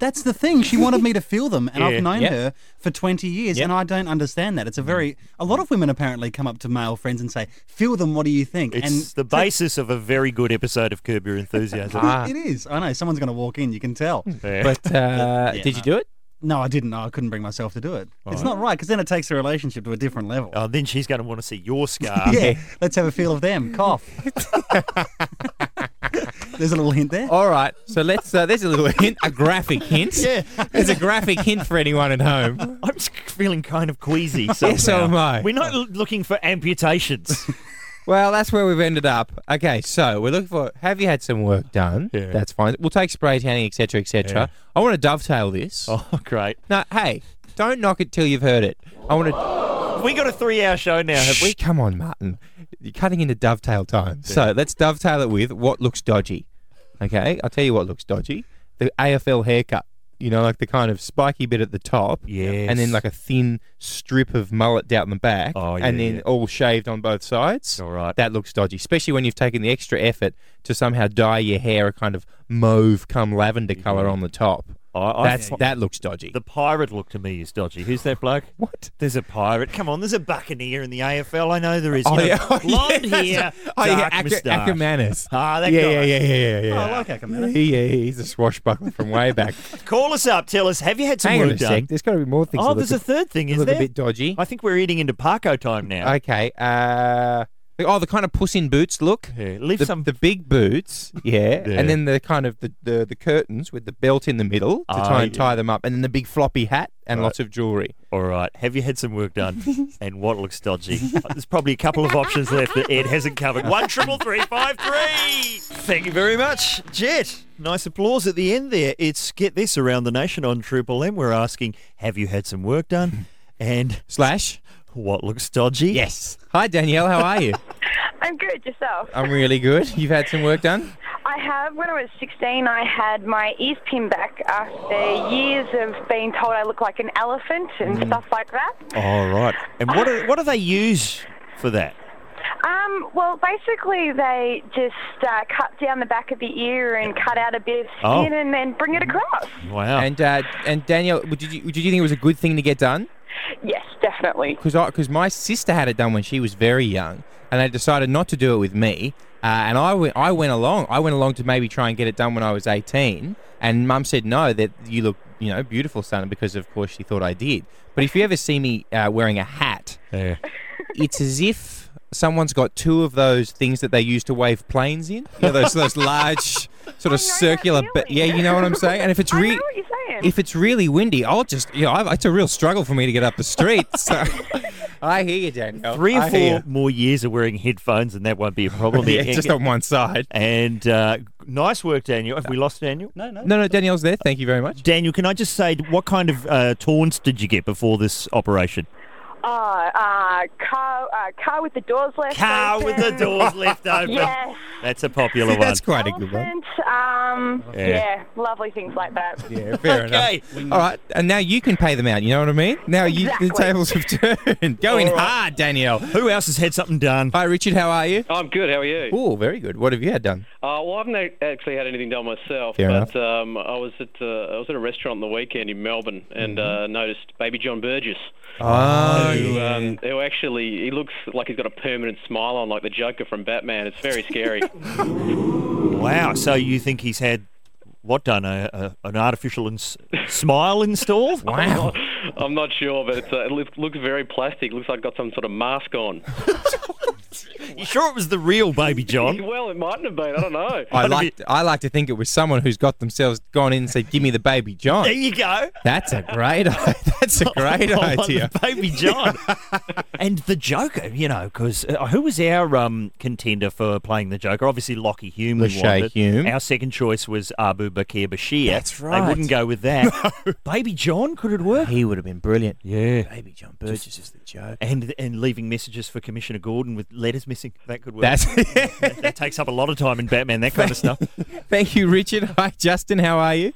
That's the thing. She wanted me to feel them, and Yeah. I've known Yeah. her for 20 years, Yeah. and I don't understand that. It's a very. A lot of women apparently come up to male friends and say, Feel them, what do you think? and It's the basis of a very good episode of Curb Your Enthusiasm. Ah. it is. I know. Someone's going to walk in, you can tell. But uh, yeah, did you do it? No, I didn't. No, I couldn't bring myself to do it. It's not right, because then it takes the relationship to a different level. Oh, then she's going to want to see your scar. Yeah, let's have a feel of them. Cough. There's a little hint there. All right. So let's. Uh, there's a little hint, a graphic hint. yeah. There's a graphic hint for anyone at home. I'm just feeling kind of queasy. Somehow. Yes, so am I. We're not l- looking for amputations. Well, that's where we've ended up. Okay, so we're looking for. Have you had some work done? Yeah. That's fine. We'll take spray tanning, etc., etc. I want to dovetail this. oh, great. No, hey, don't knock it till you've heard it. I want to. We got a three-hour show now, have we? Shh, come on, Martin. You're cutting into dovetail time. So let's dovetail it with what looks dodgy. Okay, I'll tell you what looks dodgy: the AFL haircut. You know, like the kind of spiky bit at the top, Yes. and then like a thin strip of mullet down the back, Oh, yeah, and then yeah. all shaved on both sides. All right. that looks dodgy, especially when you've taken the extra effort to somehow dye your hair a kind of mauve come lavender color on the top. I, I- That's that looks dodgy. The pirate look to me is dodgy. Who's that bloke? what? There's a pirate. Come on, there's a buccaneer in the AFL. I know there is. Oh, You know, yeah. Oh, blonde yeah. hair, Oh, yeah, dark Aca- moustache. Ackermanis. Ah, that yeah, guy. yeah, yeah, yeah, yeah, Oh, yeah. I like Ackermanis. He, yeah, he's a swashbuckler from way back. Call us up. Tell us, have you had some Hang on work a done? sec. There's got to be more things. Oh, that there's a look third thing, a, is look a there? bit dodgy. I think we're eating into Parko time now. Okay. Uh, the- oh, the kind of puss in boots look. Yeah, leave the, some- the big boots, yeah, Yeah. and then the kind of the, the, the curtains with the belt in the middle to Ah, try and yeah. tie them up, and then the big floppy hat and lots of jewelry. All right. Have you had some work done? and what looks dodgy? There's probably a couple of options left that Ed hasn't covered. One triple three five three. Thank you very much, Jet. Nice applause at the end there. It's get this around the nation on Triple M. We're asking, have you had some work done? And Slash. what looks dodgy? Yes. Hi Danielle, how are you? I'm good. Yourself? I'm really good. You've had some work done. I have. When I was 16, I had my ears pinned back after years of being told I look like an elephant and stuff like that. All right. And what do, what do they use for that? Um, well, basically, they just uh, cut down the back of the ear and cut out a bit of Oh. skin and then bring it across. Wow. And uh, and Danielle, w- did you did you think it was a good thing to get done? Yes, definitely. because because my sister had it done when she was very young, and they decided not to do it with me. Uh, and I went I went along. I went along to maybe try and get it done when I was eighteen. And Mum said no, that you look you know beautiful, son, because of course she thought I did. But if you ever see me uh, wearing a hat, it's as if someone's got two of those things that they use to wave planes in. You know, those those large sort of that circular. ba- yeah, feeling. you know what I'm saying. And if it's I really know what you're saying. if it's really windy, I'll just, you know, I, it's a real struggle for me to get up the street. So I hear you, Daniel. Three or I four hear you. more years of wearing headphones, and that won't be a problem. Yeah, just on one side. and uh, nice work, Daniel. Have we lost Daniel? No, no. No, no, Danielle's there. Thank you very much. Daniel, can I just say what kind of uh, taunts did you get before this operation? Uh, uh, car, uh, car with the doors left. Car with the open. doors left open. Yes. That's a popular See, one. that's quite a good one. Elephant. Um, Yeah. yeah. lovely things like that. Yeah, fair Okay. enough. All right, and now you can pay them out. You know what I mean? Now you, the Exactly. tables have turned. Going hard, Danielle. Who else has had something done? Hi, Richard. How are you? I'm good. How are you? Oh, very good. What have you had done? Uh, well, I haven't ac- actually had anything done myself, Fair but um, I was at uh, I was at a restaurant on the weekend in Melbourne and Mm-hmm. uh, noticed Baby John Burgess, Oh, who, um, who actually he looks like he's got a permanent smile on, like the Joker from Batman. It's very scary. Wow. So you think he's had what done? A, a, an artificial ins- smile installed? wow. I'm not sure, but it's, uh, it looks, looks very plastic. Looks like got some sort of mask on. You sure it was the real Baby John? well, it mightn't have been. I don't know. I like I like to think it was someone who's got themselves gone in and said, "Give me the baby John." There you go. That's a great. That's a great I want idea. the Baby John. and the Joker, you know, because uh, who was our um, contender for playing the Joker? Obviously, Lockie Hume. we Lachey wanted. Hume. Our second choice was Abu Bakir Bashir. That's They right. wouldn't go with that. Baby John, could it work? He would have been brilliant. Yeah. Baby John Burgess is the joke. And and leaving messages for Commissioner Gordon with letters missing. That could work. That's that takes up a lot of time in Batman, that kind of stuff. Thank you, Richard. Hi, Justin. How are you?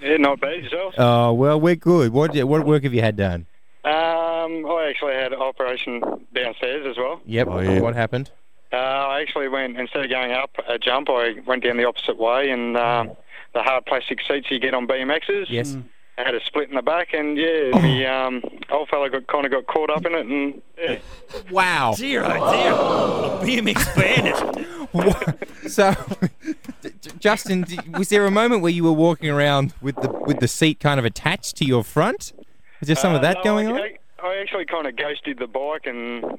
Yeah, Eh, not bad yourself. Oh well, we're good. What what work have you had done? Um, I actually had an operation downstairs as well. Yep. oh, What happened? Uh, I actually went instead of going up a jump, I went down the opposite way, and um, the hard plastic seats you get on BMXs. Yes. Oh. Mm. I had a split in the back, and yeah, the um, old fella got kind of got caught up in it, and yeah. Wow. Zero, zero. BMX bandit. so, J- J- Justin, d- was there a moment where you were walking around with the with the seat kind of attached to your front? Is there some of Uh, that no, going I, on? I, I actually kind of ghosted the bike and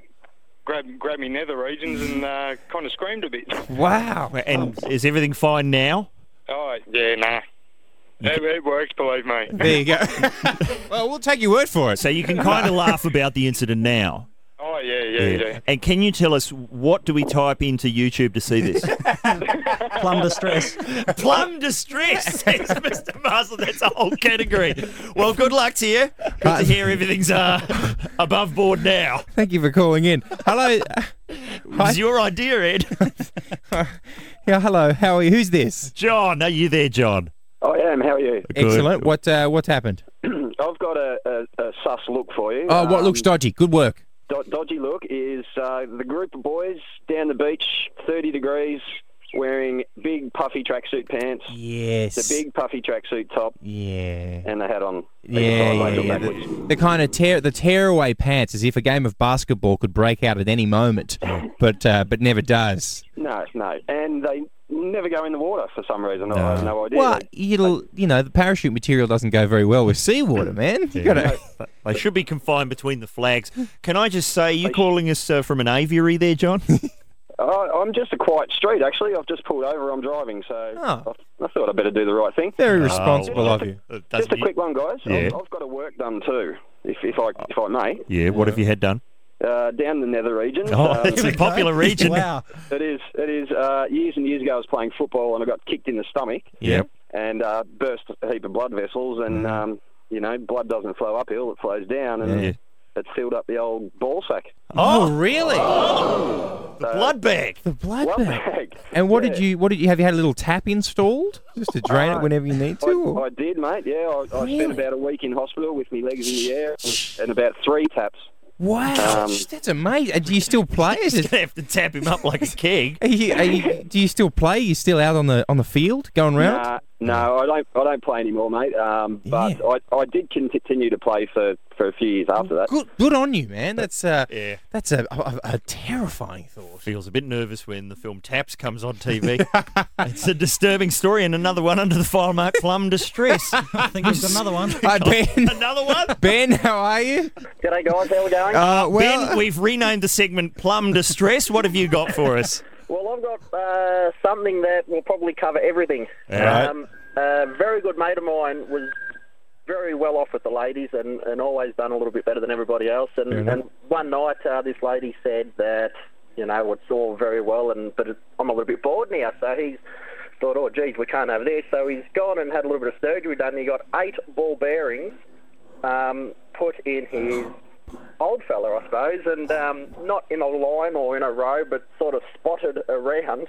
grabbed grabbed me nether regions and uh, kind of screamed a bit. Wow. And is everything fine now? Oh yeah, nah. It, it works, believe me. There you go. well, we'll take your word for it. So you can kind of laugh about the incident now. Oh yeah, yeah, yeah. And can you tell us what do we type into YouTube to see this? Plum distress. Plum distress, says Mr. Marshall. That's a whole category. Well, good luck to you. Good to hear everything's uh, above board now. Thank you for calling in. Hello. It was your idea, Ed. Yeah, hello. How are you? Who's this? John, are you there, John? I am. How are you? Excellent. What uh, what happened? I've got a, a, a sus look for you. Oh, what Um, looks dodgy? Good work. do- dodgy look is uh, the group of boys down the beach, 30 degrees, wearing big puffy tracksuit pants. Yes. The big puffy tracksuit top. Yeah. And the hat on. Yeah, Either yeah, side, lateral yeah. backwards. The, the kind of tear the tearaway pants, as if a game of basketball could break out at any moment, but uh, but never does. No, no. And they never go in the water for some reason. I have no idea. Uh, Well, it'll you know the parachute material doesn't go very well with seawater, Mm. man. You gotta. They should be confined between the flags. Can I just say, you calling us uh, from an aviary there, John? I, I'm just a quiet street, actually. I've just pulled over. I'm driving, so I, I thought I'd better do the right thing. Ah. Oh, Very responsible Just- of you. Just a quick one, guys. Yeah. I've, I've got a work done too, if, if I if I may. Yeah, what have you had done? Uh, down the nether region. Um, Oh, it's a popular region. Wow. It is. It is. Uh, years and years ago, I was playing football and I got kicked in the stomach Yep. and uh, burst a heap of blood vessels. And Mm. um, you know, blood doesn't flow uphill; it flows down, and Yeah. it filled up the old ball sack. Oh. Oh, really? So- Blood bag. The blood bag. And what did you? What did you? Have you had a little tap installed just to drain it Uh, whenever you need to? I, or- I did, mate. Yeah, I, I spent about a week in hospital with my legs in the air and, and about three taps. Wow, Um, that's amazing. And Do you still play? Is it? gonna have to tap him up like a keg. Are you, are you, do you still play? Are you still out on the on the field going round? Nah, no, I don't. I don't play anymore, mate. Um, but I, I did continue to play for, for a few years after that. Good, good on you, man. That's uh, yeah. that's a, a, a terrifying thought. Feels a bit nervous when the film Taps comes on TV. it's a disturbing story, and another one under the file mark Plum Distress. I think we've got another one. Hi, Ben. Another one? Ben, how are you? G'day, guys. How we going? Uh, well- ben, we've renamed the segment Plum Distress. What have you got for us? Well, I've got uh, something that will probably cover everything. All right. Um, a very good mate of mine was very well off with the ladies and, and always done a little bit better than everybody else. And, Fair enough. and one night, uh, this lady said that, you know, it's all very well, and but it- I'm a little bit bored now. So he's thought, oh, geez, we can't have this. So he's gone and had a little bit of surgery done. He got eight ball bearings um, put in his old fella, I suppose, and um, not in a line or in a row, but sort of spotted around.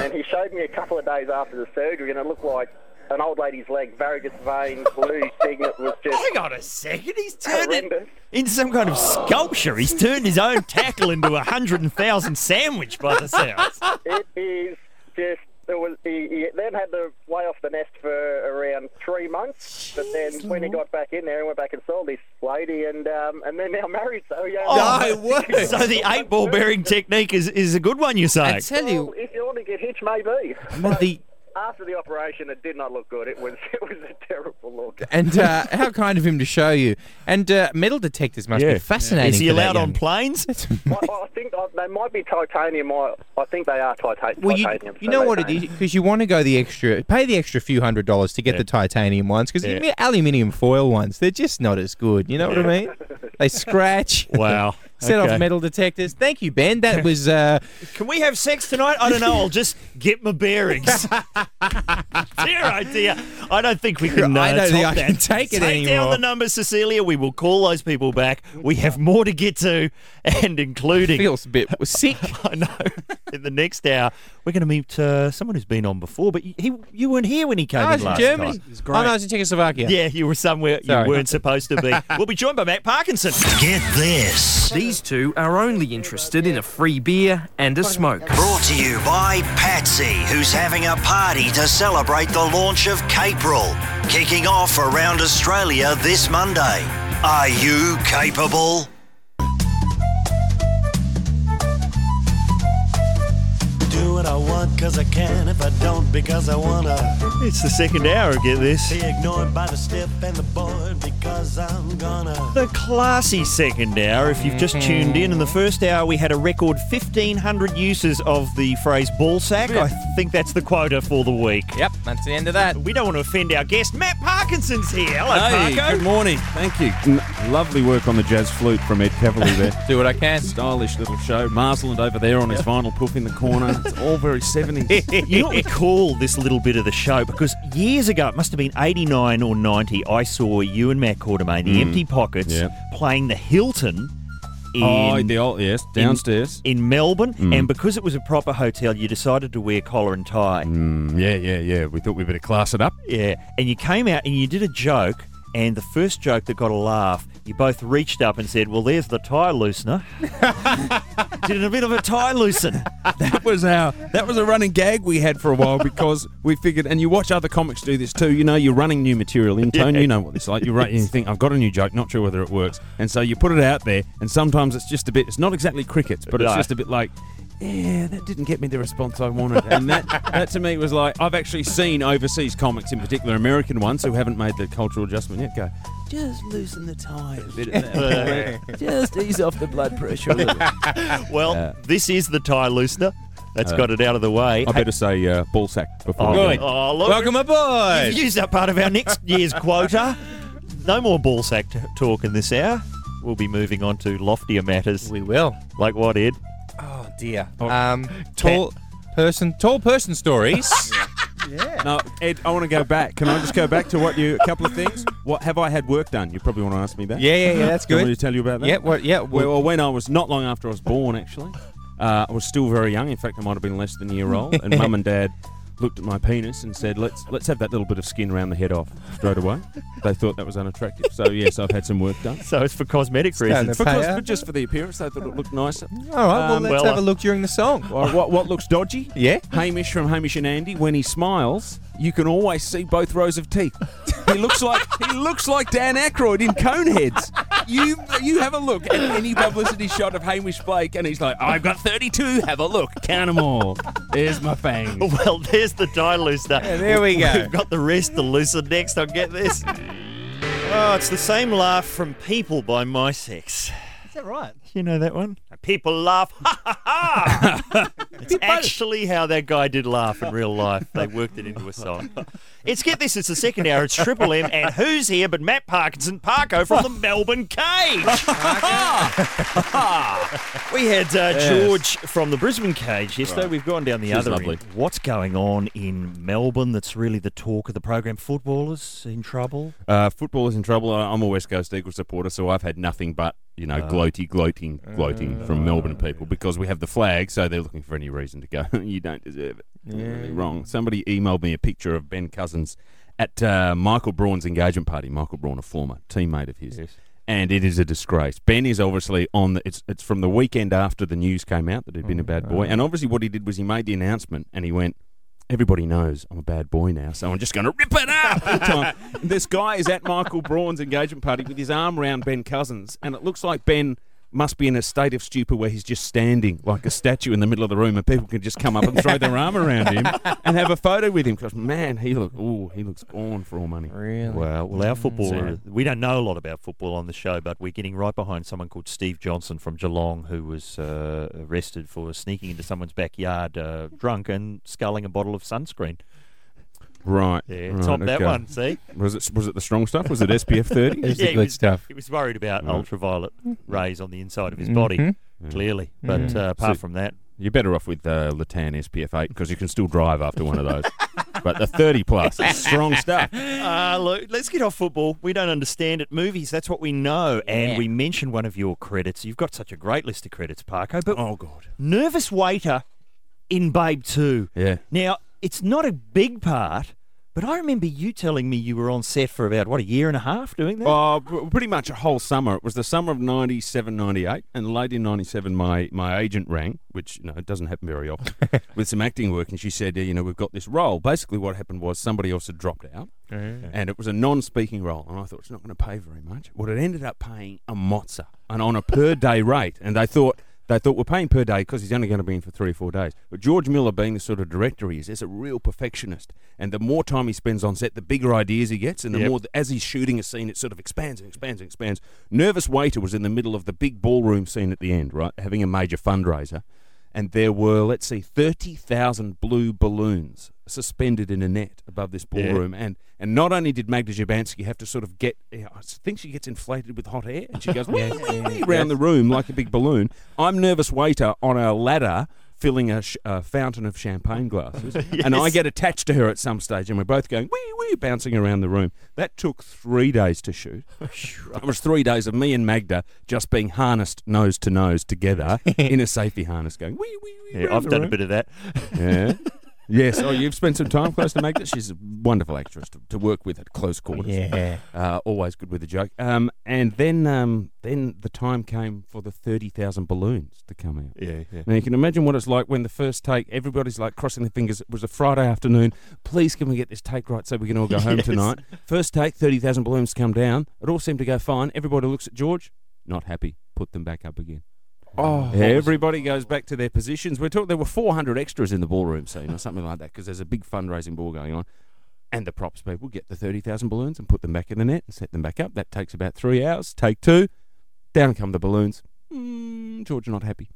and he showed me a couple of days after the surgery, and it looked like an old lady's leg, varicose veins, blue signet was just. Hang on a second, he's turned it into some kind of sculpture. He's turned his own tackle into a hundred thousand sandwich by the sounds. it is just. It was, he, he then had to lay off the nest for around three months, but then when he got back in there, he went back and saw this lady, and um, and they're now married. So yeah. word. Oh, So the eight ball bearing technique is, is a good one, you say? Well, if you want to get hitched, maybe. But the- After the operation, it did not look good. It was it was a terrible look. And uh, how kind of him to show you. And uh, metal detectors must be fascinating. Is he for that allowed on young- planes? I, I think I, they might be titanium. I, I think they are tita- Well, you, titanium. you know what it is because you want to go the extra, pay the extra few hundred dollars to get the titanium ones because the aluminium foil ones they're just not as good. You know what I mean? They scratch. Wow. Set Okay. off metal detectors. Thank you, Ben. That was uh, Can we have sex tonight? I don't know. I'll just get my bearings. Dear idea. I don't think we can. Uh, I don't top think I that. can take it Take down anymore. the number, Cecilia. We will call those people back. We have more to get to, and including feels a bit sick. I know. in the next hour, we're going to meet uh, someone who's been on before, but y- he, you weren't here when he came I in was in last Germany. time. It was great. Oh, no, I was in Czechoslovakia. Yeah, you were somewhere Sorry. you weren't supposed to be. we'll be joined by Matt Parkinson. Get this. These two are only interested in a free beer and a smoke. Brought to you by Patsy, who's having a party to celebrate the launch of Capril, kicking off around Australia this Monday. Are you capable? Do what I want because I can, if I don't because I wanna. It's the second hour, get this. Be ignored by the stiff and the bored because I'm gonna. The classy second hour, if you've just tuned in. In the first hour, we had a record 1,500 uses of the phrase ball sack. I think that's the quota for the week. Yep, that's the end of that. We don't want to offend our guest. Matt Parkinson's here. Hello, hey, Marco. good morning. Thank you. N- lovely work on the jazz flute from Ed Cavalier there. Do what I can. Stylish little show. Marsland over there on his vinyl poof in the corner. It's all very 70s. you don't recall this little bit of the show because years ago, it must have been 89 or 90, I saw you and Matt Quartermain, the Mm. Empty Pockets, Yep. playing the Hilton. In, Oh, the old, yes, in- downstairs. in, Melbourne, Mm. and because it was a proper hotel, you decided to wear collar and tie. Mm, yeah, yeah, yeah. We thought we better class it up. Yeah, and you came out and you did a joke, and the first joke that got a laugh, you both reached up and said, "Well, there's the tie loosener." did a bit of a tie loosen. that was our that was a running gag we had for a while because we figured and you watch other comics do this too you know you're running new material in tone Yeah. you know what it's like you run, you think I've got a new joke not sure whether it works and so you put it out there and sometimes it's just a bit it's not exactly crickets but it's No. just a bit like yeah that didn't get me the response I wanted and that that to me was like I've actually seen overseas comics in particular American ones who haven't made the cultural adjustment yet go Just loosen the tie a bit of that. Just ease off the blood pressure a little. well, this is the tie loosener. That's Uh, got it out of the way. I better say uh, ball sack before Oh, we good. go. Oh, look. Welcome aboard. You've used up part of our next year's quota. No more ball sack t- talk in this hour. We'll be moving on to loftier matters. We will. Like what, Ed? Oh dear. Um, tall person, tall person stories. No, Ed, I want to go back. Can I just go back to what you? A couple of things. What have I had work done? You probably want to ask me that. Yeah, yeah, yeah, that's Do you want good. me to tell you about that? Yeah, well, yeah, well- Well, when I was not long after I was born, actually, uh, I was still very young. In fact, I might have been less than a year old. And mum and dad looked at my penis and said, "Let's let's have that little bit of skin around the head off straight away." They thought that was unattractive. So yes, I've had some work done. So it's for cosmetic reasons. For cos- payer. but just for the appearance, they thought it looked nicer. All right, well, Um, let's have a look during the song. What, what, what looks dodgy? Yeah. Hamish from Hamish and Andy, when he smiles, you can always see both rows of teeth. He looks like he looks like Dan Aykroyd in Coneheads. You you have a look at any publicity shot of Hamish Blake, and he's like, I've got 32. Have a look, count 'em all. There's my fang. Well, there's the tie loosener. there we go. We've got the rest to loosen next. I'll get this. Oh, it's the same laugh from People by My Sex. Is that right? You know that one? People laugh. Ha ha ha! It's actually how that guy did laugh in real life. They worked it into a song. It's get this. It's the second hour. It's Triple M, and who's here but Matt Parkinson, Parko from the Melbourne Cage. we had uh, Yes. George from the Brisbane Cage yesterday. Right. We've gone down the She's other lovely. end. What's going on in Melbourne? That's really the talk of the program. Footballers in trouble. Uh, football is in trouble. I- I'm a West Coast Eagles supporter, so I've had nothing but you know Ah. gloaty, gloating, gloating from Melbourne people because we have the flag, so they're looking for any reason to go. you don't deserve it. You're really Yeah. wrong. Somebody emailed me a picture of Ben Cousins at uh, Michael Braun's engagement party. Michael Braun, a former teammate of his. And it is a disgrace. Ben is obviously on the. It's it's from the weekend after the news came out that he'd been a bad boy, and obviously what he did was he made the announcement and he went, "Everybody knows I'm a bad boy now, so I'm just going to rip it up." Big time. this guy is at Michael Braun's engagement party with his arm around Ben Cousins, and it looks like Ben must be in a state of stupor where he's just standing like a statue in the middle of the room, and people can just come up and throw their arm around him and have a photo with him. Because man, he look, oh, he looks gone for all money. Really? Well, well, our footballer. Sad. We don't know a lot about football on the show, but we're getting right behind someone called Steve Johnson from Geelong, who was uh, arrested for sneaking into someone's backyard uh, drunk and sculling a bottle of sunscreen. Right. Yeah, right, top that okay. one. See. Was it was it the strong stuff? Was it SPF thirty? Mm. yeah, he was, He was worried about Right. ultraviolet rays on the inside of his Mhm. body, Yeah. clearly. But uh, apart Mm-hmm. So from that, you're better off with uh, Latan SPF eight because you can still drive after one of those. but the thirty plus, it's strong stuff. Uh, look, let's get off football. We don't understand it. Movies, that's what we know. And we mentioned one of your credits. You've got such a great list of credits, Parko. But oh god, nervous waiter in Babe 2. Yeah. Now, it's not a big part, but I remember you telling me you were on set for about, what, a year and a half doing that? Oh, pr- pretty much a whole summer. It was the summer of 97, 98. And late in 97, my, my agent rang, which, you know, it doesn't happen very often, with some acting work. And she said, "Yeah, you know, we've got this role. Basically, what happened was somebody else had dropped out. Okay. And it was a non speaking role. And I thought, it's not going to pay very much. Well, it ended up paying a mozza and on a per day rate. And they thought, they thought we're paying per day because he's only going to be in for three or four days. But George Miller, being the sort of director he is, is a real perfectionist. And the more time he spends on set, the bigger ideas he gets, and the Yep. more, as he's shooting a scene, it sort of expands and expands and expands. Nervous Waiter was in the middle of the big ballroom scene at the end, right, having a major fundraiser, and there were let's see, thirty thousand blue balloons suspended in a net above this Yeah. ballroom, and and not only did Magda Jabansky have to sort of get, eh, I think she gets inflated with hot air, and she goes wee, wee, wee, around the room like a big balloon. I'm nervous waiter on a ladder filling a, sh- a fountain of champagne glasses, and I Yes. get attached to her at some stage, and we're both going wee wee bouncing around the room. That took three days to shoot. it was three days of me and Magda just being harnessed nose to nose together in a safety harness, going wee wee wee. Yeah, around I've the done a room. bit of that. Yeah. Yes. Oh, you've spent some time close to Magda. She's a wonderful actress to, to work with at close quarters. Yeah. Uh, always good with a joke. Um, and then um, then the time came for the 30,000 balloons to come out. Yeah, yeah. Now, you can imagine what it's like when the first take, everybody's like crossing their fingers. It was a Friday afternoon. Please, can we get this take right so we can all go home Yes. tonight? First take, 30,000 balloons come down. It all seemed to go fine. Everybody looks at George, not happy, put them back up again. Oh. Everybody goes back to their positions. We're talking. There were 400 extras in the ballroom scene, or something like that, because there's a big fundraising ball going on. And the props people get the 30,000 balloons and put them back in the net and set them back up. That takes about three hours. Take two. Down come the balloons. Mm, George not happy.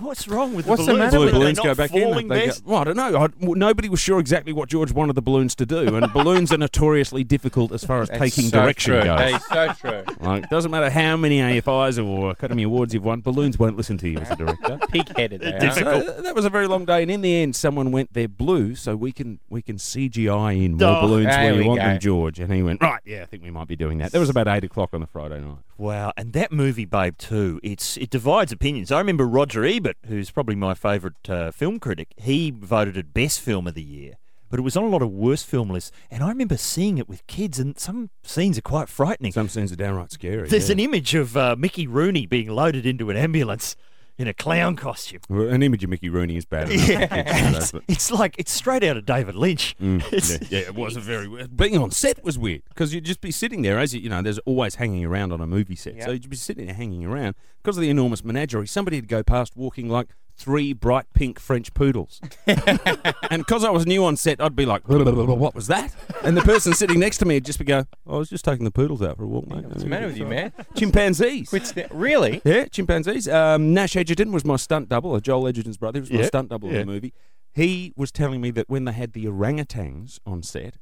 What's wrong with What's the the balloons? matter? Were Blue they balloons not go back falling in. They best? go, well, I don't know. I, well, nobody was sure exactly what George wanted the balloons to do, and balloons are notoriously difficult as far as That's taking so direction true. goes. That is so true. Like, doesn't matter how many AFIs or Academy Awards you've won, balloons won't listen to you as a director. Pig-headed they are. So, uh, that was a very long day, and in the end, someone went "They're blue, so we can we can CGI in more Oh, balloons there where you we want go. them, George." And he went, "Right, yeah, I think we might be doing that." That was about eight o'clock on the Friday night. Wow, and that movie, Babe, too. It's it divides opinions. I remember Roger Ebert, who's probably my favourite uh, film critic. He voted it best film of the year, but it was on a lot of worst film lists. And I remember seeing it with kids, and some scenes are quite frightening. Some scenes are downright scary. There's yeah. an image of uh, Mickey Rooney being loaded into an ambulance in a clown costume. Well, an image of Mickey Rooney is bad. Enough Yeah, It's- it's, but- it's like it's straight out of David Lynch. Mm, It's- yeah, yeah, it was a very weird. Being on set was weird because you'd just be sitting there as you, you know. There's always hanging around on a movie set, so you'd be sitting there hanging around because of the enormous menagerie. Somebody'd go past walking like three bright pink French poodles, and because I was new on set, I'd be like, "What was that?" And the person sitting next to me would just be going, "I was just taking the poodles out for a walk, mate." What's the matter with you, man? Chimpanzees. Which really? Yeah, chimpanzees. Um, Nash Edgerton was my stunt double, or Joel Edgerton's brother. He was my Yeah, stunt double yeah. in the movie. He was telling me that when they had the orangutans on set,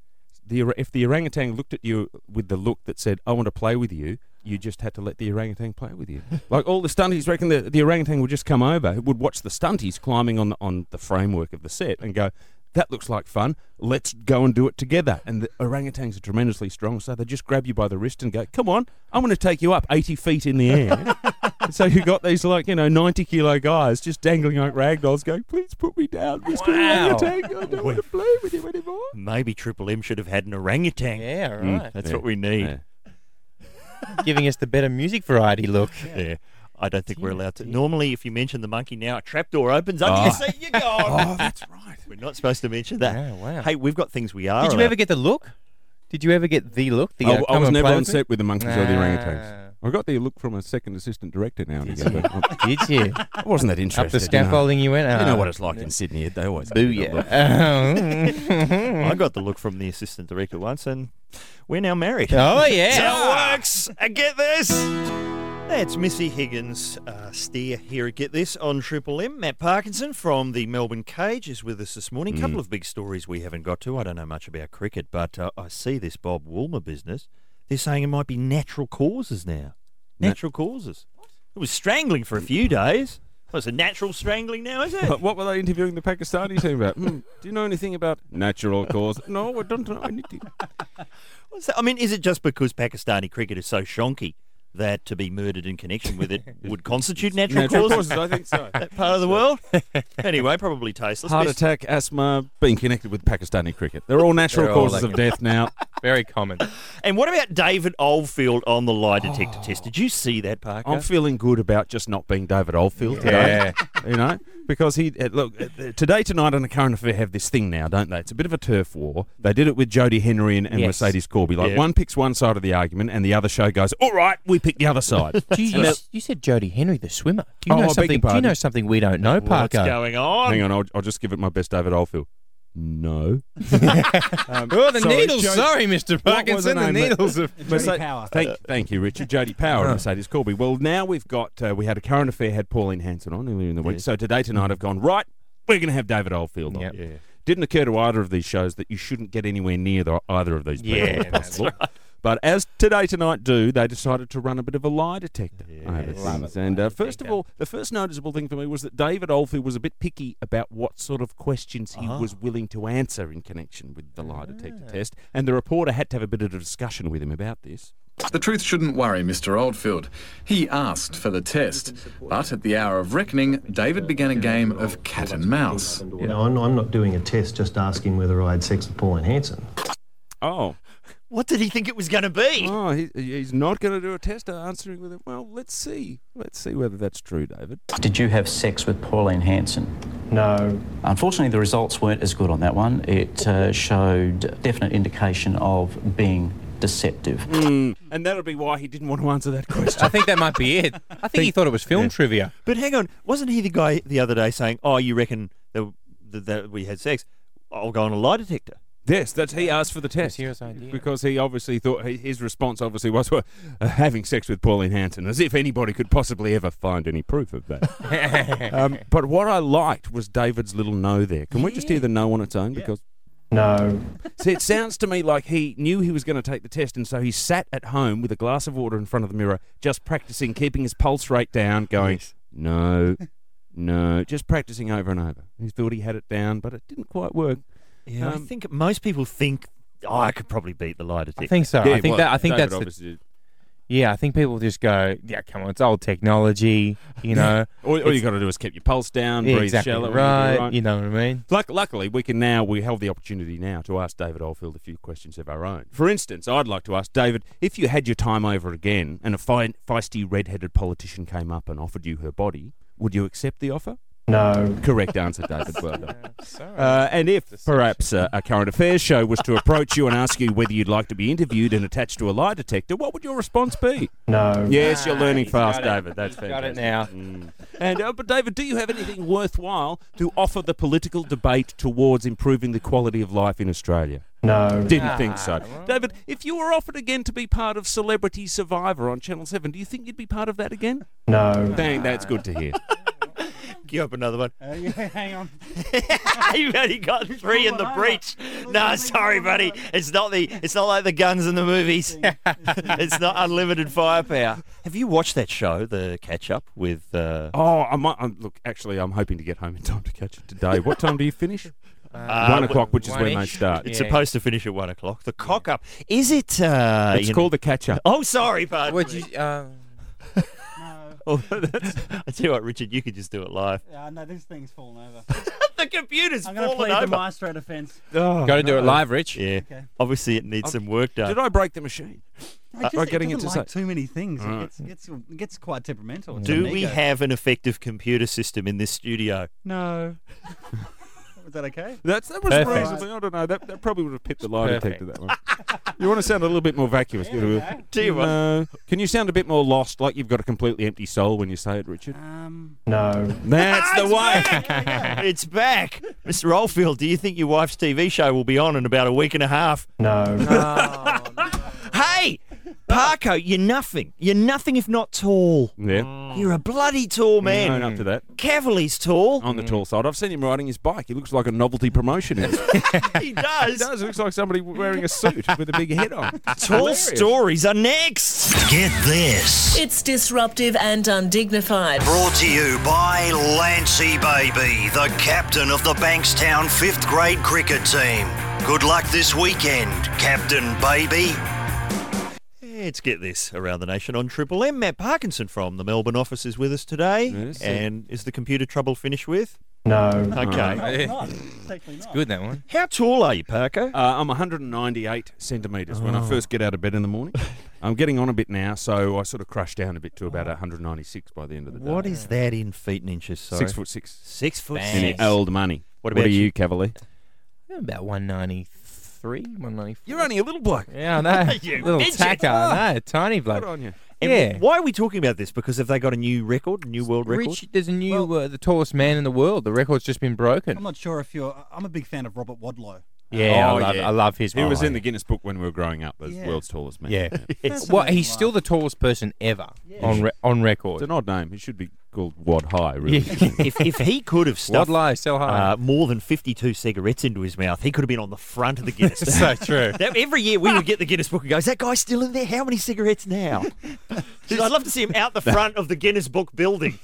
the or- if the orangutan looked at you with the look that said, "I want to play with you," you just had to let the orangutan play with you. like all the stunties reckon the, the orangutan would just come over, would watch the stunties climbing on the, on the framework of the set, and go. That looks like fun. Let's go and do it together. And the orangutans are tremendously strong, so they just grab you by the wrist and go, "Come on, I'm going to take you up 80 feet in the air." so you got these like you know 90 kilo guys just dangling like ragdolls, going, "Please put me down, Mr. Wow. Orangutan. I don't want to play with you anymore." Maybe Triple M should have had an orangutan. Yeah, Mm, right. that's Yeah, what we need. Giving us the better music variety look. Yeah. I don't think we're allowed to. Normally, if you mention the monkey now, a trapdoor opens up. You Oh. see, you're gone. Ah. Oh, that's right. We're not supposed to mention that. Yeah, wow. Hey, we've got things we are. Did you allowed- ever get the look? Did you ever get the look? The, I, uh, I come was and never play on with me? set with the monkeys or the Nah. orangutans. I got the look from a second assistant director now and again. but I- Did you? I wasn't that interested. Up the scaffolding you, know. went. You ah. know what it's like in Sydney. They always Boo give you that look. I got the look from the assistant director once, and we're now married. Oh, yeah. so it works. I get this. That's Missy Higgins, uh, steer here at Get This on Triple M. Matt Parkinson from the Melbourne Cage is with us this morning. A couple Mm. of big stories we haven't got to. I don't know much about cricket, but uh, I see this Bob Woolmer business. They're saying it might be natural causes now. Natural causes. It was strangling for a few days. Well, it's a natural strangling now, is it? But what were they interviewing the Pakistani team about? Hmm, do you know anything about natural cause? No, I don't know anything. What's that? I mean, is it just because Pakistani cricket is so shonky that to be murdered in connection with it would constitute natural, Natural causes. causes, I think so. that part of the world. Anyway, probably tasteless. Heart Best- attack, asthma, being connected with Pakistani cricket. They're all natural They're all causes like- of death now. Very common. And what about David Oldfield on the lie detector Oh. test? Did you see that, Parker? I'm feeling good about just not being David Oldfield today. you know, because he uh, look uh, today, tonight, and the current affair have this thing now, don't they? It's a bit of a turf war. They did it with Jodie Henry and, and Yes. Mercedes Corby. Like Yeah. one picks one side of the argument, and the other show goes, "All right, we pick the other side." Do you, And you, that- you said Jodie Henry, the swimmer. Do you Oh, I know beg your something? Do you pardon? know something we don't know, Parker? on? Hang on, I'll, I'll just give it my best David Oldfield. No. Um, Oh, the needles. Sorry, Mr. Parkinson, the needles of- Jodie Power. Thank, thank you, Richard. Jodie Power and Mercedes Corby. Well, now we've got uh, we had a current affair had Pauline Hanson on earlier in the week. So today tonight I've gone right. We're going to have David Oldfield on. Yeah. Didn't occur to either of these shows that you shouldn't get anywhere near the, either of these people Yeah, if that's possible. But as today tonight do, they decided to run a bit of a lie detector over Love things. And uh, first of all, the first noticeable thing for me was that David Oldfield was a bit picky about what sort of questions he Ah. was willing to answer in connection with the lie detector test. And the reporter had to have a bit of a discussion with him about this. The truth shouldn't worry Mr. Oldfield. He asked for the test. But at the hour of reckoning, David began a game of cat and mouse. You know, I'm, I'm not doing a test just asking whether I had sex with Pauline Hanson. Oh. What did he think it was going to be? Oh, he, he's not going to do a test answering with it. Well, let's see. Let's see whether that's true, David. Did you have sex with Pauline Hanson? No. Unfortunately, the results weren't as good on that one. It uh, showed definite indication of being deceptive. Hmm. And that'll be why he didn't want to answer that question. I think that might be it. I think he thought it was film trivia. But hang on, wasn't he the guy the other day saying, "Oh, you reckon that, that, that we had sex? I'll go on a lie detector." Yes, that's he asked for the test because he obviously thought he- his response obviously was well, uh, having sex with Pauline Hanson, as if anybody could possibly ever find any proof of that. um, but what I liked was David's little no there. Can we just hear the no on its own? Because No. See, it sounds to me like he knew he was going to take the test, and so he sat at home with a glass of water in front of the mirror, just practicing keeping his pulse rate down, going no, no, just practicing over and over. He thought he had it down, but it didn't quite work. Yeah, I Um, think most people think oh, I could probably beat the lie detector. I think so. Yeah, I think well, that. I think David that's. obviously The, did. yeah, I think people just go, yeah, come on, it's old technology, you know. all, all you It's- got to do is keep your pulse down, Yeah, breathe exactly shallow, and right, you'll be you know what I mean? Luck, luckily, we can now we have the opportunity now to ask David Oldfield a few questions of our own. For instance, I'd like to ask David if you had your time over again, and a fine, feisty red-headed politician came up and offered you her body, would you accept the offer? No. Correct answer, David. Well done. Uh, and if perhaps uh, a current affairs show was to approach you and ask you whether you'd like to be interviewed and attached to a lie detector, what would your response be? No. Yes, you're Ah, learning he's got fast, it. David. That's He's got it fantastic. Mm. And uh, but David, do you have anything worthwhile to offer the political debate towards improving the quality of life in Australia? No. Didn't think so. David, if you were offered again to be part of Celebrity Survivor on Channel 7, do you think you'd be part of that again? No. Dang, that's good to hear. Give up another one. Uh, yeah, hang on. You've only got three in the breach. No, sorry, buddy. It's not the. It's not like the guns in the movies. it's not unlimited firepower. Have you watched that show, The Catch Up, with? Uh, Oh, I might, I'm, look, actually, I'm hoping to get home in time to catch it today. What time do you finish? uh, one w- o'clock, which is when they one-ish. start. It's supposed to finish at one o'clock. The cock up. Is it? Uh, It's you know- called the catch up. Oh, sorry, pardon. Would you? Um... Oh, that's, I tell you what, Richard, you could just do it live. Uh, no, this thing's fallen over. the computer's I'm gonna fallen plead the over. Oh, Maestro defense. Oh, Gotta do it live, Rich. Yeah. Obviously, it needs some work done. Oh, Did I break the machine? I just, by it getting it doesn't to like say- too many things. Alright. It gets, gets it gets quite temperamental. It's Do an we ego. have an effective computer system in this studio? No. Was that okay? That's that was Perfect. reasonably. I don't know. That, that probably would have pipped the lie Perfect. detector. That one. You want to sound a little bit more vacuous. Do you? Do you want- No. Can you sound a bit more lost, like you've got a completely empty soul when you say it, Richard? Um. No. That's the way. it's back. Mr. Oldfield, do you think your wife's TV show will be on in about a week and a half? No. hey, Parko, you're nothing. You're nothing if not tall. Mm. Yeah. You're a bloody tall man. Own up to that. Cavalier's tall. On the tall side, I've seen him riding his bike. He looks like a novelty promotionist. He does. he does. It looks like somebody wearing a suit with a big head on. Tall stories are next. Get this. It's disruptive and undignified. Brought to you by Lancy Baby, the captain of the Bankstown 5th grade cricket team. Good luck this weekend, Captain Baby. Let's get this around the nation on Triple M. Matt Parkinson from the Melbourne office is with us today. Yes. and is the computer trouble finished with? No. Okay. It's good that one. How tall are you, Parker? Uh, I'm 198 centimetres when I Oh. first get out of bed in the morning. I'm getting on a bit now, so I sort of crush down a bit to about 196 by the end of the day. Oh. What is that in feet and inches? Sorry. Six foot six. Six foot Any six. old money. What What, about are you, you? Cavalier? About 193, 194. You're only a little bloke. Yeah, I know. You Ah. little midget. tacker, I know. Tiny bloke. Good on you. And Yeah. Why are we talking about this? Because have they got a new record, new world record? Rich, there's a new, uh, the tallest man in the world. The record's just been I'm broken. not sure if you're. I'm a big fan of Robert Wadlow. Yeah, I love- I love his He Oh, was mind. in the Guinness Book when we were growing up as Yeah. world's tallest man. Yeah. Fascinating well, he's still the tallest person ever on re- on record. It's an odd name. He should be called Wad High, really. Yeah. shouldn't if, if he could have stuffed lie, sell high. Uh, more than 52 cigarettes into his mouth, he could have been on the front of the Guinness. So true. That- every year we would get the Guinness Book and go, is that guy still in there? How many cigarettes now? Dude, I'd love to see him out the front of the Guinness Book building,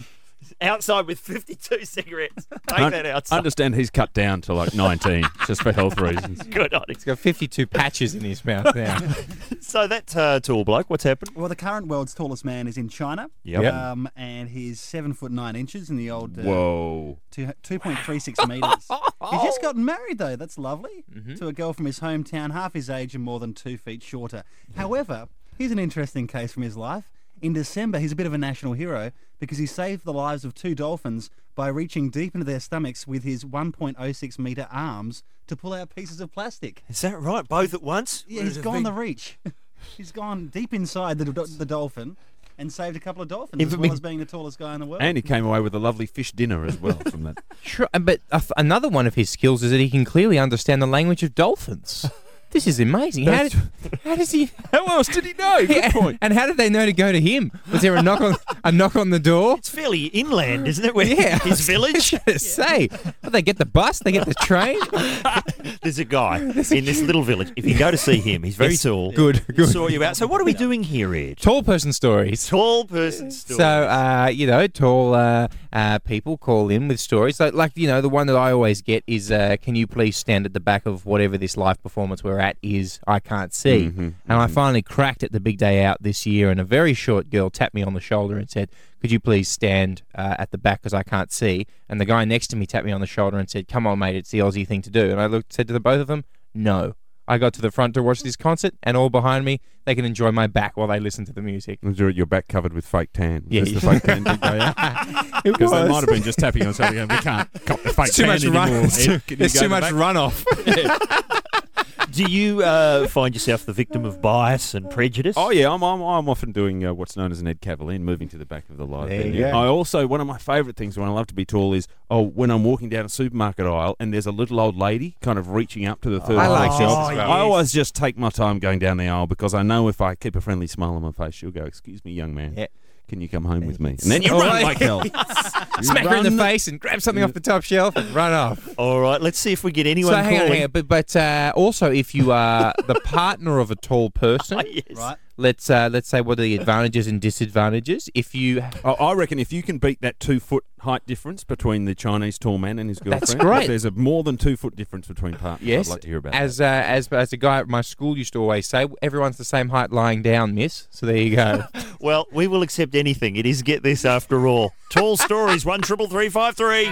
outside with 52 cigarettes. Take Un- that outside. understand he's cut down to like 19 just for health reasons. Good on him. He's got 52 patches in his mouth now. So that uh, tall bloke, what's happened? Well, the current world's tallest man is in China. Yep. Yep. Um, and he's seven foot nine inches in the old. Uh, Whoa. Two, 2.36 meters. He's just gotten married, though. That's lovely. Mm-hmm. To a girl from his hometown, half his age and more than two feet shorter. However, here's an interesting case from his life. In December, he's a bit of a national hero because he saved the lives of two dolphins by reaching deep into their stomachs with his 1.06 meter arms to pull out pieces of plastic. Is that right? Both at once? Yeah, he's gone the reach. he's gone deep inside the, do- the dolphin and saved a couple of dolphins If as it well be- as being the tallest guy in the world. And he came away with a lovely fish dinner as well from that. Sure, and- but uh, another one of his skills is that he can clearly understand the language of dolphins. This is amazing. How, did, how does he? How else did he know? Good point. And how did they know to go to him? Was there a knock on a knock on the door? It's fairly inland, isn't it? Where yeah, his village. Say, well, they get the bus, they get the train. There's a guy in this little village. If you go to see him, he's very Yes. tall. Good, He good. Saw you out. So what are we doing here, Ed? Tall person stories. Tall person story. So uh, you know, tall uh, uh, people call in with stories like, like you know, the one that I always get is, uh, "Can you please stand at the back of whatever this live performance we're at is? I can't see." Mhm, and I finally cracked it the big day out this year, and a very short girl tapped me on the shoulder and said, "Could you please stand uh, at the back because I can't see?" And the guy next to me tapped me on the shoulder and said, "Come on, mate, it's the Aussie thing to do." And I looked, said to the both of them, "No." I got to the front to watch this concert, and all behind me, they can enjoy my back while they listen to the music. Was your, your back covered with fake tan? Was Yeah, this the yeah. fake tan big day out? Because they was. might have been just tapping on something and we can't cop the fake It's too tan much anymore. run- it's Ed, too- can you it's go too to the much back? runoff. Do you uh, find yourself the victim of bias and prejudice? Oh yeah, I'm I'm, I'm often doing uh, what's known as an Ed Cavalier, moving to the back of the live There you venue. go. I also one of my favourite things when I love to be tall is oh when I'm walking down a supermarket aisle and there's a little old lady kind of reaching up to the third I like Oh, aisle this shelf. as well. I always just take my time going down the aisle because I know if I keep a friendly smile on my face, she'll go, "Excuse me, young man, Yeah. can you come home with me?" And then you All run right. like hell. Smack her in the Run. face and grab something off the top shelf and run off. All right, let's see if we get anyone so hang on, calling. hang on. But, but uh, also, if you are the partner of a tall person, Right. let's uh, let's say what are the advantages and disadvantages. If you I- I reckon if you can beat that two foot height difference between the Chinese tall man and his girlfriend, That's If great. there's a more than two foot difference between partners. yes, I'd like to hear about that. as uh, as as a guy at my school used to always say, everyone's the same height lying down, miss. So there you go. Well, we will accept anything. It is get this after all. Tall stories one triple three five three.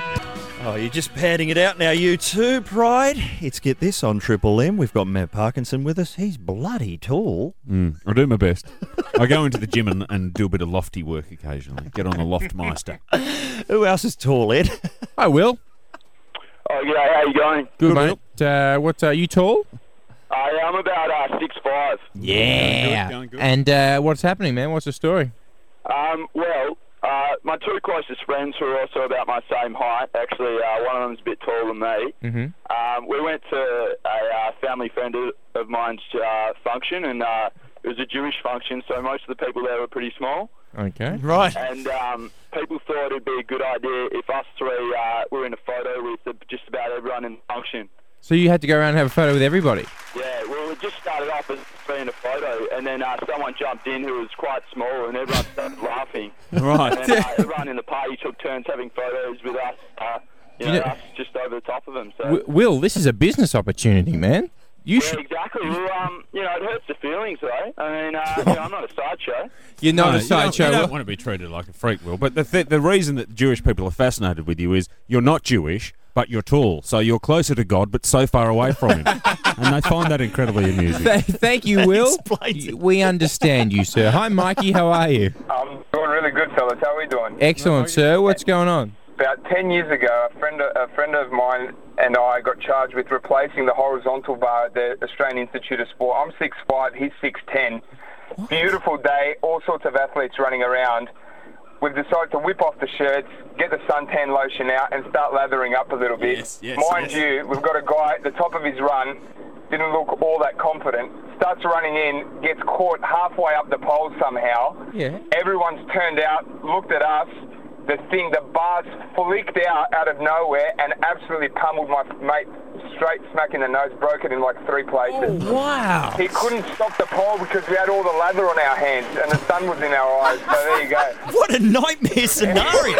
Oh, you're just padding it out now, you too, Pride. It's get this on Triple M. We've got Matt Parkinson with us. He's bloody tall. Mm, I do my best. I go into the gym and, and do a bit of lofty work occasionally. Get on the loftmeister. Who else is tall, Ed? I will. Oh yeah, how you going? Good, mate. Uh, what are you tall? I am about uh, six five. Yeah. And uh, what's happening, man? What's the story? Um, well, uh, my two closest friends who are also about my same height. Actually, uh, one of them's a bit taller than me. Mm-hmm. Um, we went to a uh, family friend of- of mine's uh, function, and uh, it was a Jewish function, so most of the people there were pretty small. Okay. And um, people thought it'd be a good idea if us three uh, were in a photo with the, just about everyone in the function. So you had to go around and have a photo with everybody. Yeah, well, it just started off as being a photo, and then uh, someone jumped in who was quite small, and everyone started laughing. Right. And then, uh, everyone in the party took turns having photos with us, uh, you, You know, know- us just over the top of them. So W- Will, this is a business opportunity, man. You yeah, should. exactly. Well, um, you know, it hurts the feelings, though. I mean, uh, you know, I'm not a sideshow. You're not No, a sideshow. You don't, you don't want to be treated like a freak, Will. But the th- the reason that Jewish people are fascinated with you is you're not Jewish, but you're tall, so you're closer to God, but so far away from Him, and they find that incredibly amusing. Th- Thank you, Will. We understand you, sir. Hi, Mikey. How are you? I'm doing really good, fellas. How are we doing? Excellent, sir. What's going on? About 10 years ago, a friend, a friend of mine and I got charged with replacing the horizontal bar at the Australian Institute of Sport. I'm 6'5", he's 6'10". Beautiful day, all sorts of athletes running around. We've decided to whip off the shirts, get the suntan lotion out, and start lathering up a little bit. Yes, yes, Mind yes. you, we've got a guy at the top of his run, didn't look all that confident, starts running in, gets caught halfway up the pole somehow. Yeah. Everyone's turned out, looked at us. The thing, the bars flicked out out of nowhere and absolutely pummeled my mate straight smack in the nose, broke it in like three places. Oh, wow. He couldn't stop the pole because we had all the lather on our hands and the sun was in our eyes. So there you go. What a nightmare scenario.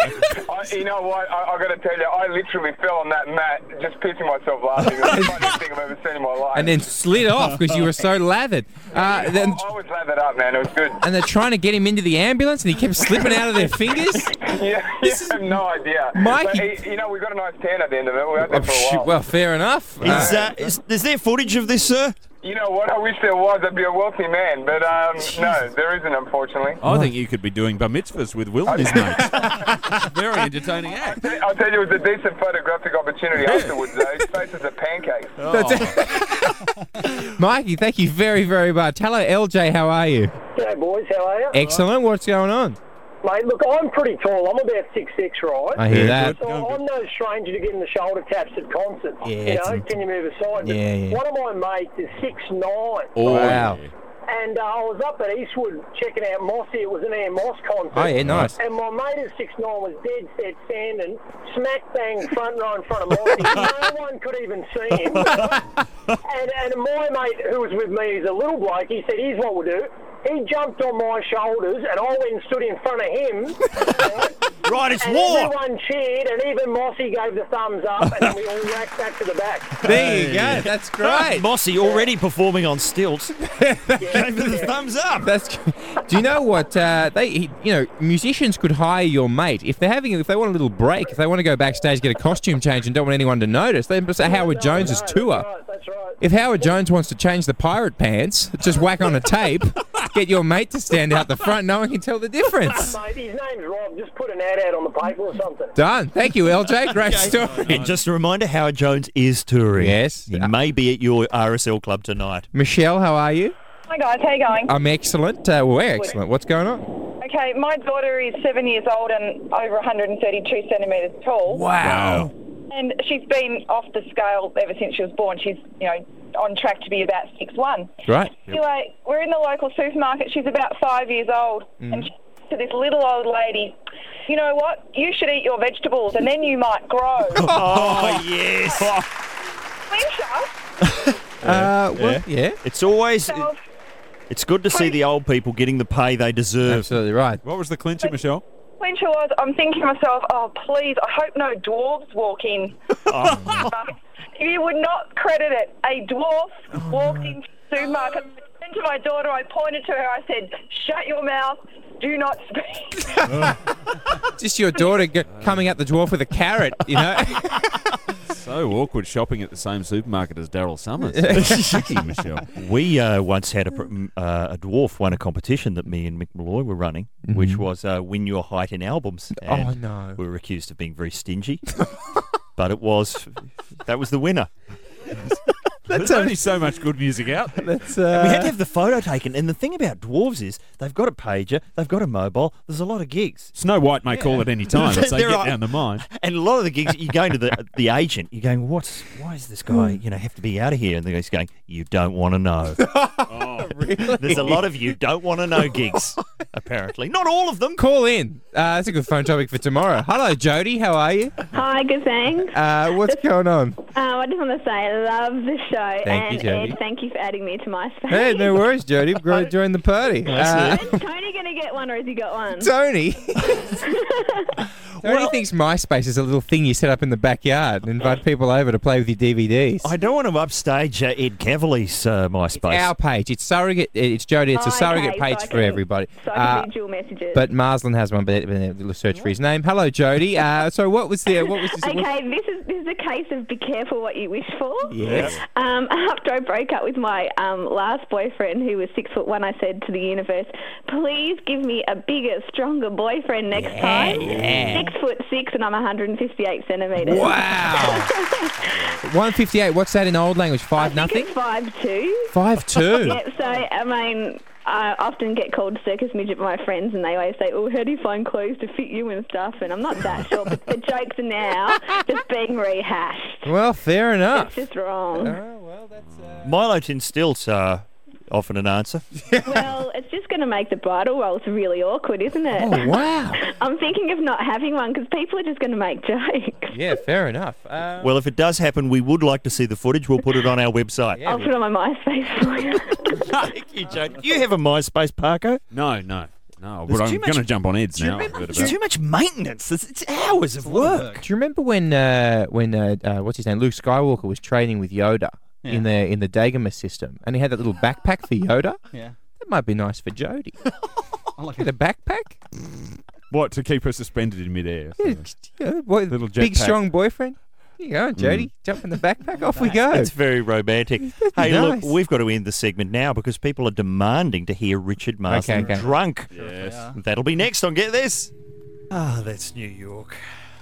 I, you know what? I, I got to tell you, I literally fell on that mat, just pissing myself laughing. It was the funniest thing I've ever seen in my life. And then slid off because you were so lathered. Uh, I, then, I was lathered up, man. It was good. and they're trying to get him into the ambulance, and he kept slipping out of their fingers. yeah, you have no idea. Mike- But, eh, you know, we got a nice tan at the end of it. We had Oh, there for a shoot, while. well, fair enough. Is, Uh, uh, Is, is there footage of this, sir? You know what? I wish there was. I'd be a wealthy man, but um, no, there isn't, unfortunately. I think you could be doing bar mitzvahs with Will and his mates. Very entertaining act. I'll tell you, it was a decent photographic opportunity afterwards, though. His face is a pancake. Mikey, thank you very, very much. Hello, LJ. How are you? G'day, boys. How are you? Excellent. What's going on? Mate, look, I'm pretty tall. I'm about six six, right? I hear Yeah, that. So I'm no stranger to getting the shoulder taps at concerts. Yeah, you it's know, in- can you move aside? But Yeah, yeah. One of my mates is six nine. Oh, Wow. yeah. And uh, I was up at Eastwood checking out Mossy. It was an Air Moss concert. Oh, yeah, nice. And my mate at six nine was dead set standing, smack bang front row in front of Mossy. no one could even see him. And, and my mate who was with me, he's a little bloke, he said, here's what we'll do. He jumped on my shoulders and I went and stood in front of him. Right, it's and war. Everyone cheered and even Mossy gave the thumbs up and then we all racked back to the back. There you go. That's great. Mossy already performing on stilts. Gave her the thumbs up. That's. Do you know what uh, they? he- You know, musicians could hire your mate if they're having, if they want a little break, if they want to go backstage, get a costume change, and don't want anyone to notice. They say Howard Jones's tour. If Howard Jones wants to change the pirate pants, just whack on a tape, get your mate to stand out the front. No one can tell the difference. Mate, his name's Rob. Just put an ad out on the paper or something. Done. Thank you, LJ. Great story. And just a reminder, Howard Jones is touring. Yes. He may be at your RSL club tonight. Michelle, how are you? Hi guys, how you going? I'm excellent. Uh, we're excellent. What's going on? okay, my daughter is seven years old and over 132 centimetres tall. Wow. And she's been off the scale ever since she was born. She's, you know, on track to be about six one. Right. Anyway, we're in the local supermarket. She's about five years old, Mm. and she says to this little old lady, "You know what? You should eat your vegetables, and then you might grow." Oh, yes. Flincher. Uh, well, yeah. It's always. So- it's good to see the old people getting the pay they deserve. Absolutely right. What was the clincher, Michelle? Flincher was. I'm thinking to myself, "Oh, please! I hope no dwarves walk in." you would not credit it. A dwarf walked into the supermarket. I turned to my daughter. I pointed to her. I said, "Shut your mouth. Do not speak." Just your daughter g- coming out the dwarf with a carrot, you know? So awkward shopping at the same supermarket as Daryl Summers. Lucky Michelle. We uh, once had a, pr- m- uh, a dwarf won a competition that me and Mick Malloy were running, which Mhm. was uh, win your height in albums. Oh, And no. We were accused of being very stingy, but it was that was the winner. There's only so much good music out. there. we uh, had to have the photo taken, and the thing about dwarves is they've got a pager, they've got a mobile. There's a lot of gigs. Snow White may call at any time if they There get are- down the mine. And a lot of the gigs, you're going to the the agent, you're going, what's why is this guy, you know, have to be out of here? And the guy's going, you don't want to know. Oh, There's a lot of you don't want to know gigs, apparently. Not all of them. Call in. Uh, that's a good phone topic for tomorrow. Hello, Jody. How are you? Hi, good thanks. Uh, what's going on? Um, I just want to say I love the show Thank you, and Jody. Ed, thank you for adding me to my space. Hey, no worries, Jody. Gro- Join the party. Uh, Is Tony going to get one or has he got one? Tony. Tony thinks MySpace is a little thing you set up in the backyard and invite people over to play with your DVDs. I don't want to upstage uh, Ed Cavalier's uh, MySpace. Our page. It's surrogate. It's Jody. It's Oh, a surrogate okay, so page I for can- everybody. So I can Uh, do dual messages. but Marsland has one, but but we'll search for his name. Hello, Jody. Uh, so what was the what was this? what- okay, this is this is a case of be careful what you wish for. Yes. Um, after I broke up with my um, last boyfriend, who was six foot one, I said to the universe, "Please give me a bigger, stronger boyfriend next time." yeah. Six foot six, and I'm 158 centimeters. Wow. 158. What's that in old language? Five nothing. Five two. Five two. Yeah, so I mean, I often get called circus midget by my friends, and they always say, "Oh, how do you find clothes to fit you and stuff?" And I'm not that sure, but the jokes are now just being rehashed. Well, fair enough. It's just wrong. Milo Tin Stilt's uh, often an answer. well, it's just going to make the bridal rolls really awkward, isn't it? Oh, wow. I'm thinking of not having one because people are just going to make jokes. Yeah, fair enough. Uh, Well, if it does happen, we would like to see the footage. We'll put it on our website. I'll put it on my MySpace for you. Thank you, Jody. Do you have a MySpace, Parker? No, no, no. There's But too I'm much- going to jump on Ed's Do you now. I've remember- heard there's about too it. much maintenance. It's, it's hours of work. Do you remember when uh, when uh, uh, what's his name Luke Skywalker was training with Yoda in the in the Dagomar system, and he had that little backpack for Yoda? Yeah. that might be nice for Jody. like Get a backpack, What to keep her suspended in midair? Yeah, yeah, boy, little big jetpack. strong boyfriend. Here you go, Jody. Mm. Jump in the backpack. Off we go. It's very romantic. hey, nice. look, we've got to end the segment now because people are demanding to hear Richard Marsden Okay, okay. drunk. Yes. That'll be next on Get This. Ah, that's New York.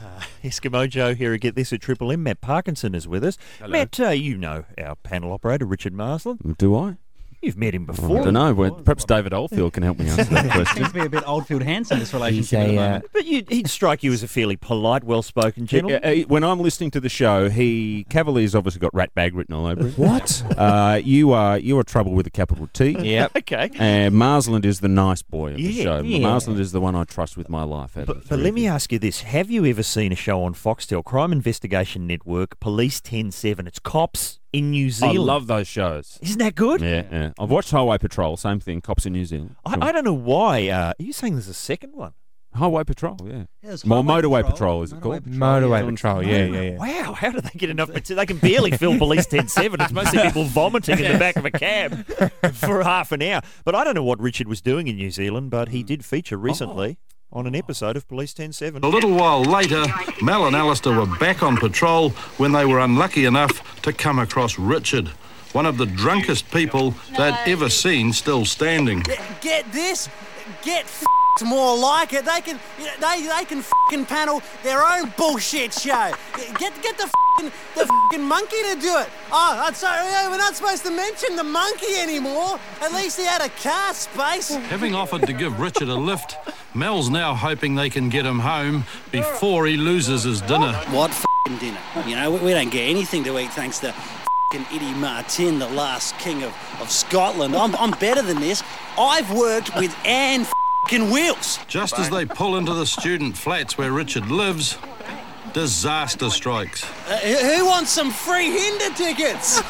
Uh, Eskimo Joe here at Get This at Triple M. Matt Parkinson is with us. Matt, uh, you know our panel operator, Richard Marsden. Do I? You've met him I before. don't know. Well, Perhaps David Oldfield can help me answer that question. Seems to be a bit Oldfield Hanson, this relationship. at the moment. But you, he'd strike you as a fairly polite, well-spoken gentleman. Yeah, uh, when I'm listening to the show, he Cavalier's obviously got rat bag written all over it. What? Uh, you are you are trouble with a capital T. Yep. Okay. And Marsland is the nice boy of Yeah, the show. yeah. Marsland is the one I trust with my life. Adam. But let me ask you this: Have you ever seen a show on Foxtel, Crime Investigation Network, Police Ten Seven? It's cops in New Zealand. I love those shows. Isn't that good? Yeah, yeah. I've watched Highway Patrol. Same thing. Cops in New Zealand. I, I don't know why. Uh, are you saying there's a second one? Highway Patrol. Yeah. Yeah, there's Well, Highway Motorway Patrol, Patrol, is it called? Motorway Patrol, yeah, yeah, yeah. Wow, how do they get enough? mater- They can barely film Police Ten Seven. It's mostly people vomiting in the back of a cab for half an hour. But I don't know what Richard was doing in New Zealand, but he did feature recently Oh. on an episode of Police Ten Seven. A little while later, Mal and Alistair were back on patrol when they were unlucky enough to come across Richard, one of the drunkest people they'd ever seen still standing. Get this, get f***ed more like it. They can, you know, they they can f***ing panel their own bullshit show. Get get the f***ing the f***ing monkey to do it. Oh, I'm sorry, we're not supposed to mention the monkey anymore. At least he had a car space. Having offered to give Richard a lift, Mal's now hoping they can get him home before he loses his dinner. What f***ing dinner? You know, we, we don't get anything to eat thanks to f***ing Eddie Martin, the last king of, of Scotland. I'm, I'm better than this. I've worked with Anne f***ing Wills. Just as they pull into the student flats where Richard lives, disaster strikes. Uh, who who wants some free Hinder tickets?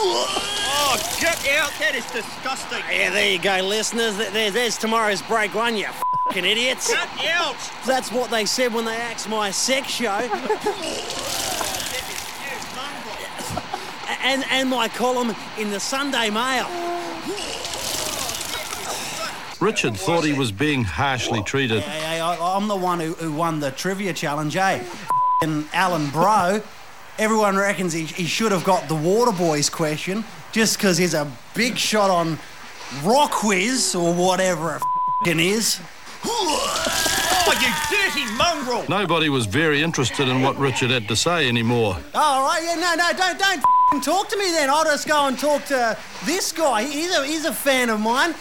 oh, get out. That is disgusting. Yeah, there you go, listeners. Th- There, there's tomorrow's break one, you f***ing idiots. Get out. That's what they said when they axed my sex show. and and my column in the Sunday Mail. Richard thought he was being harshly treated. Hey, hey, I, I'm the one who, who won the trivia challenge, eh? And Alan Bro, everyone reckons he, he should have got the Water Boys question just because he's a big shot on Rock Quiz or whatever it f***ing is. Oh, you dirty mongrel! Nobody was very interested in what Richard had to say anymore. Oh, all right, yeah, no, no, don't, don't f***ing talk to me then. I'll just go and talk to this guy. He's a, he's a fan of mine.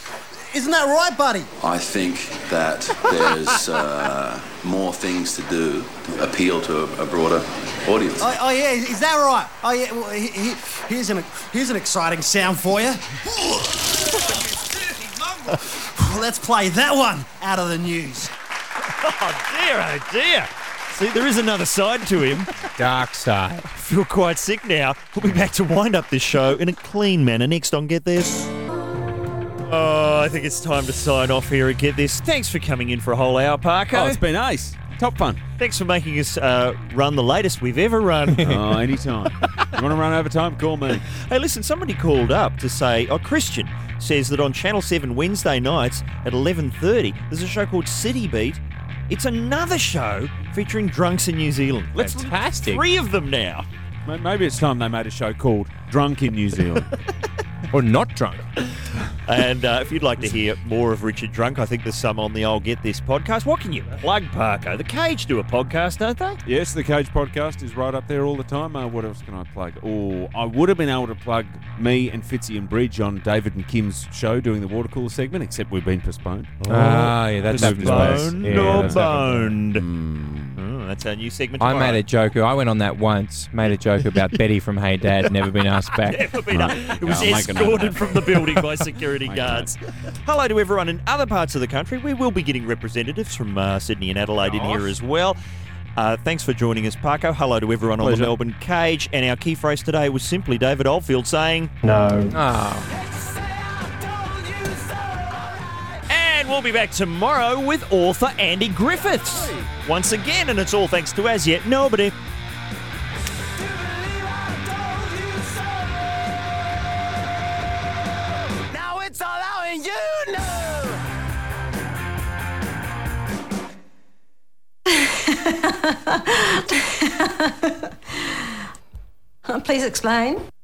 Isn't that right, buddy? I think that there's uh, more things to do to appeal to a, a broader audience. Oh, oh yeah, is that right? Oh yeah, well, he, he, here's an here's an exciting sound for you. Let's play that one out of the news. Oh dear, oh dear. See, there is another side to him. Dark side. I feel quite sick now. We'll be back to wind up this show in a clean manner next on Get This. Oh, I think it's time to sign off here at Get This. Thanks for coming in for a whole hour, Parker. Oh, it's been ace. Top fun. Thanks for making us uh, run the latest we've ever run. Oh, anytime. you want to run over time? Call me. Hey, listen, somebody called up to say, oh, Christian says that on Channel 7 Wednesday nights at 11.30, there's a show called City Beat. It's another show featuring drunks in New Zealand. Let's Fantastic. Three of them now. Ma- Maybe it's time they made a show called Drunk in New Zealand. or Not Drunk. and uh, if you'd like to hear more of Richard Drunk, I think there's some on the I'll Get This podcast. What can you plug, Parko? The Cage do a podcast, don't they? Yes, the Cage podcast is right up there all the time. Uh, what else can I plug? Oh, I would have been able to plug me and Fitzy and Bridge on David and Kim's show doing the water cooler segment, except we've been postponed. Ah, yeah, that's Moved to space. postponed Yeah, or that's happened. Hmm. Boned. Oh, that's our new segment. I Tomorrow. made a joke. I went on that once. Made a joke about Betty from Hey Dad. Never been asked back. Never been up. It was Yeah, I'll make a note of escorted from the building by security guards. Hello to everyone in other parts of the country. We will be getting representatives from uh, Sydney and Adelaide in here as well. Uh, thanks for joining us, Parko. Hello to everyone on Pleasure. the Melbourne Cage. And our key phrase today was simply David Oldfield saying, No. Ah. And we'll be back tomorrow with author Andy Griffiths once again. And it's all thanks to As Yet Nobody. Now it's all out and you know. Please explain.